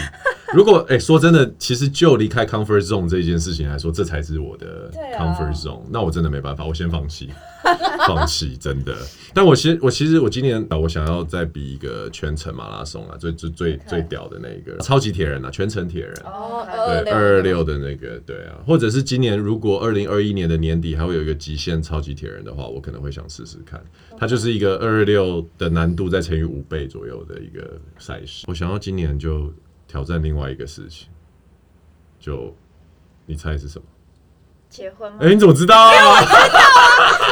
Speaker 1: 如果哎、说真的，其实就离开 comfort zone 这件事情来说，这才是我的
Speaker 2: 对啊
Speaker 1: comfort zone、那我真的没办法，我先放弃， [laughs] 放弃，真的。但我其实我其实我今年啊，我想要再比一个全程马拉松啊，最最最
Speaker 2: OK
Speaker 1: 最屌的那一个超级铁人啊，全程铁人。
Speaker 4: 哦
Speaker 2: 对
Speaker 1: 对，
Speaker 4: 二六
Speaker 1: 二二六的那个，对啊，或者是今年如果二零二一年的年底还会有一个极限超级铁人的话，我可能会想试试看。
Speaker 2: 哦
Speaker 1: 它就是一个二二六的难度再乘以五倍左右的一个赛事。我想要今年就挑战另外一个事情，就你猜是什么？
Speaker 2: 结婚吗
Speaker 1: 哎、？你怎么知道啊？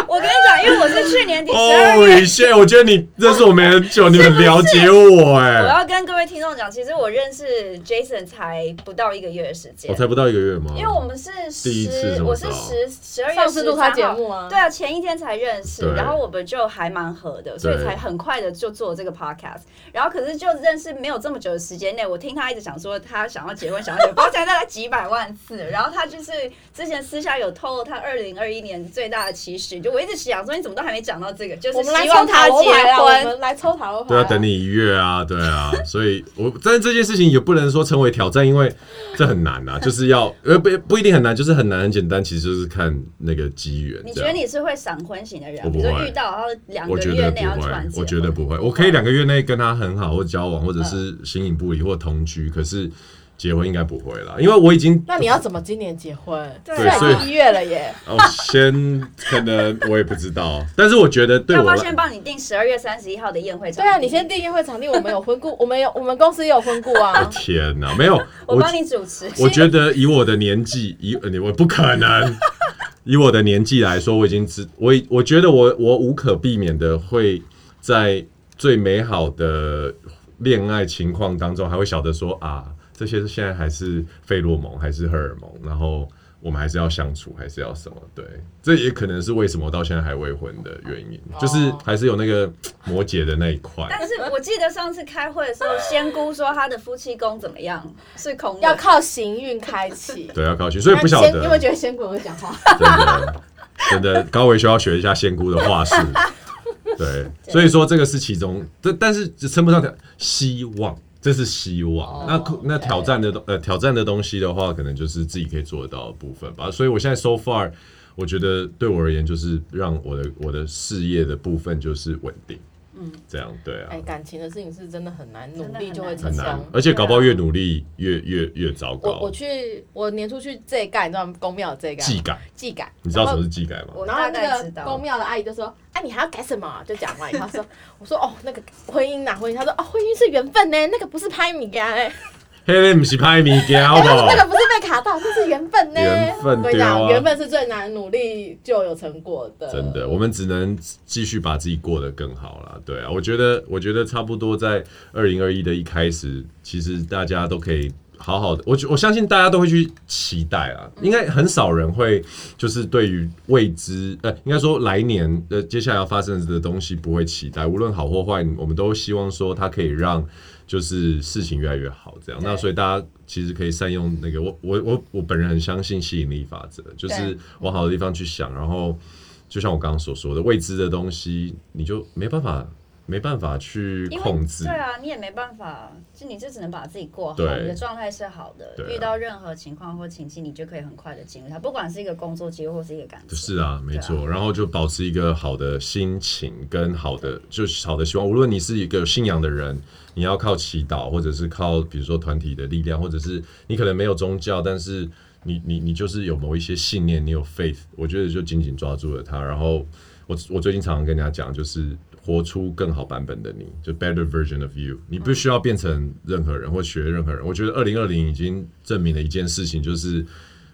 Speaker 2: 我跟你讲，因为我是去年底十二
Speaker 1: 哦，
Speaker 2: 月。
Speaker 1: 以前我觉得你认识我没很久，你很了解我哎、
Speaker 2: 我要跟各位听众讲，其实我认识 Jason 才不到一个月的时间
Speaker 1: 我、，才哦不到一个月吗？
Speaker 2: 因为我们是
Speaker 1: 第一次
Speaker 2: 十，
Speaker 1: 这么
Speaker 2: 我是
Speaker 1: 早
Speaker 2: 十十二月
Speaker 4: 上
Speaker 2: 十
Speaker 4: 次录他节
Speaker 2: 三号。
Speaker 4: 目啊，
Speaker 2: 对，啊，前一天才认识，
Speaker 1: 对
Speaker 2: 然后我们就还蛮合的，所以才很快的就做这个 podcast。然后可是就认识没有这么久的时间内，我听他一直讲说他想要结婚，想要结婚，包括现在大概几百万次。然后他就是之前私下有透露他二零二一年最大的期许，就我一直想说你怎么都还没讲到这个，就是
Speaker 4: 我们来
Speaker 2: 希
Speaker 4: 抽
Speaker 2: 望他
Speaker 4: 塔罗
Speaker 2: 结
Speaker 4: 牌啊，我
Speaker 2: 婚。
Speaker 4: 们来抽塔罗牌啊。
Speaker 1: 对啊，等你一月啊，对啊，所以我但是这件事情也不能说成为挑战，因为这很难啊，就是要呃不不一定很难，就是很难很简单，其实就是看那个机缘。
Speaker 2: 你
Speaker 1: 这
Speaker 2: 觉
Speaker 1: 样。
Speaker 2: 得你是会闪婚型的人吗？
Speaker 1: 我不
Speaker 2: 比如说
Speaker 1: 会
Speaker 2: 遇到然后两
Speaker 1: 我
Speaker 2: 个
Speaker 1: 觉
Speaker 2: 月
Speaker 1: 得
Speaker 2: 内要
Speaker 1: 不
Speaker 2: 突然
Speaker 1: 会，
Speaker 2: 结
Speaker 1: 我觉得
Speaker 2: 婚嗯
Speaker 1: 不会，我可以两个月内跟他很好，或交往，或者是形影不离，或同居，可是结婚应该不会啦，因为我已经
Speaker 4: 那你要怎么今年结婚？
Speaker 2: 对
Speaker 1: 对所以
Speaker 4: 一月了耶，
Speaker 1: 哦，先可能我也不知道，但是我觉得对
Speaker 2: 要
Speaker 1: 我
Speaker 2: 不要
Speaker 1: 来
Speaker 2: 先帮你订十二月三十一号的宴会场
Speaker 4: 对
Speaker 2: 地？
Speaker 4: 啊，你先订宴会场地，我们有婚顾，我们有我们公司也有婚顾
Speaker 1: [laughs]
Speaker 4: 啊。
Speaker 1: 天哪，没有，我
Speaker 2: 我帮你主持。
Speaker 1: 我觉得以我的年纪，以呃我不可能。以我的年纪来说，我已经知我已我觉得我我无可避免的会在最美好的恋爱情况当中，还会晓得说啊，这些现在还是费洛蒙，还是荷尔蒙，然后我们还是要相处，还是要什么？对，这也可能是为什么我到现在还未婚的原因，就是还是有那个摩羯的那一块。
Speaker 2: [laughs] 哦但是我记得上次开会的时候，仙姑说她的夫妻宫怎么样？是空
Speaker 4: 要
Speaker 2: 的。
Speaker 4: 靠行运开启。
Speaker 1: 对，要靠近，所以不晓
Speaker 4: 那
Speaker 1: 得
Speaker 4: 仙。你有没有觉得仙鬼会讲话？
Speaker 1: 真的，真的，高维修要学一下仙姑的话
Speaker 4: [laughs]
Speaker 1: 术。对，所以说这个是其中，但但是称不上挑希望，这是希
Speaker 4: 哦
Speaker 1: 望。那可那挑战的东呃挑战的东西的话，可能就是自己可以做得到的部分吧。所以我现在 so far，我觉得对我而言，就是让我的我的事业的部分就是稳定。嗯，这样对啊
Speaker 4: 哎，，感情的事情是真的很难，
Speaker 2: 的
Speaker 4: 努
Speaker 2: 很
Speaker 4: 力就会
Speaker 2: 难
Speaker 4: 成
Speaker 1: 很难
Speaker 4: 功，。
Speaker 1: 而且搞不好
Speaker 4: 对啊
Speaker 1: 越努力越越越糟
Speaker 4: 我
Speaker 1: 糕
Speaker 4: 啊我。去我年初去这一盖，你知道吗？宫庙有这一盖
Speaker 1: 技改，
Speaker 4: 祭改，
Speaker 1: 你知道
Speaker 4: 然
Speaker 1: 什
Speaker 4: 后
Speaker 1: 么是技改吗？
Speaker 2: 我
Speaker 4: 然后
Speaker 2: 大概
Speaker 4: 那
Speaker 2: 知
Speaker 4: 个
Speaker 2: 道
Speaker 4: 公。庙的阿姨就说：“哎、你还要改什么啊、就讲完以后她说：“我说哦，那个婚姻呐、婚姻。”她说：“哦，婚姻是缘分呢、那个不是拍米干哎、
Speaker 1: 嘿，你不是拍米件哦好
Speaker 4: 哎
Speaker 1: 不
Speaker 4: [laughs] 她说
Speaker 1: 好 [laughs]
Speaker 4: 那？个不是被卡到，这是缘分呢、
Speaker 1: 缘分
Speaker 4: 我跟你
Speaker 1: 对
Speaker 4: 讲，
Speaker 1: 啊
Speaker 4: 缘分是最难努力就有成果的。
Speaker 1: 真的，我们只能继续把自己过得更好啦。对啊，我觉得，我觉得差不多在二零二一的一开始，其实大家都可以好好的，我觉我相信大家都会去期待啊。
Speaker 4: 嗯
Speaker 1: 应该很少人会就是对于未知，呃，应该说来年呃接下来要发生的东西不会期待，无论好或坏，我们都希望说它可以让。就是事情越来越好，这样。那所以大家其实可以善用那个，我我我我本人很相信吸引力法则，就是
Speaker 4: 对
Speaker 1: 往好的地方去想，然后就像我刚刚所说的，未知的东西你就没办法没办法去
Speaker 2: 因为
Speaker 1: 控制
Speaker 2: 对。啊，你也没办法，就你就只能把自己过好，
Speaker 1: 对
Speaker 2: 你的状态是好的，
Speaker 1: 对啊
Speaker 2: 遇到任何情况或情境，你就可以很快的进入它，不管是一个工作机会或是一个感情。
Speaker 1: 是啊，没错。然后就保持一个好的心情跟好的就是好的希望。无论你是一个有信仰的人，你要靠祈祷，或者是靠比如说团体的力量，或者是你可能没有宗教，但是你你你就是有某一些信念，你有 faith，我觉得就紧紧抓住了它。然后我我最近常常跟人家讲，就是活出更好版本的你，就 better version of you。你不需要变成任何人或学任何人。我觉得二零二零已经证明了一件事情，就是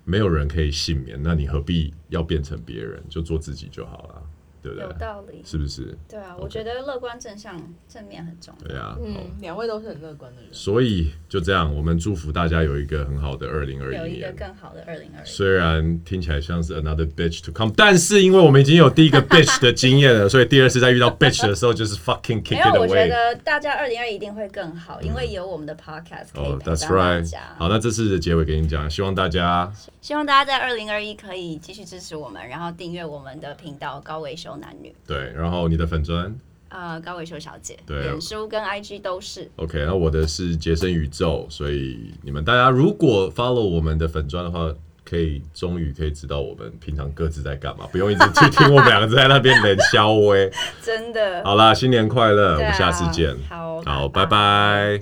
Speaker 1: 没有人可以幸免，那你何必要变成别人？就做自己就好了，对不
Speaker 2: 有
Speaker 1: 对？
Speaker 2: 道理。
Speaker 1: 是不是？
Speaker 2: 对啊，
Speaker 1: OK
Speaker 2: 我觉得乐观正向正面很重要。
Speaker 1: 对啊，好
Speaker 4: 嗯，两位都是很乐观的人。
Speaker 1: 所以就这样，我们祝福大家有一个很好的二零二
Speaker 2: 有
Speaker 1: 一
Speaker 2: 一个
Speaker 1: 年。
Speaker 2: 更好的二零二一。
Speaker 1: 虽然听起来像是 another bitch to come，但是因为我们已经有第一个 bitch 的经验了，所以第二次再遇到 bitch 的时候，就是 fucking kick
Speaker 2: 没有，
Speaker 1: it
Speaker 2: 我觉
Speaker 1: away。嗯
Speaker 2: 得大家二零二一定会更好，因为有我们的 podcast 可以
Speaker 1: 哦、
Speaker 2: 陪
Speaker 1: t h a t s
Speaker 2: 伴大
Speaker 1: right
Speaker 2: 家。。
Speaker 1: 好，那这次的结尾给你讲，希望大家
Speaker 2: 希望大家在二零二一可以继续支持我们，然后订阅我们的频道“高维修男女
Speaker 1: 对，然后你的粉砖”，
Speaker 2: 呃，高维修小姐，
Speaker 1: 对啊
Speaker 2: 脸书跟 IG 都是。
Speaker 1: OK，那我的是杰森宇宙，所以你们大家如果 follow 我们的粉砖的话，可以终于可以知道我们平常各自在干嘛，不用一直去听我们两个在那边冷笑威。
Speaker 2: 真的，
Speaker 1: 好啦，新年快乐，我
Speaker 2: 对啊
Speaker 1: 们下次见，
Speaker 2: 好，
Speaker 1: 好，拜。拜。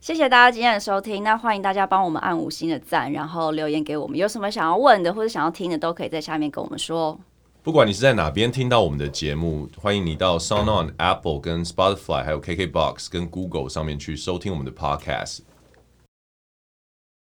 Speaker 2: 谢谢大家今天的收听，那欢迎大家帮我们按五星的赞，然后留言给我们，有什么想要问的或者想要听的，都可以在下面跟我们说哦。
Speaker 1: 不管你是在哪边听到我们的节目，欢迎你到 SoundOn、Apple、跟 Spotify、还有 KKBox、跟 Google 上面去收听我们的 Podcast。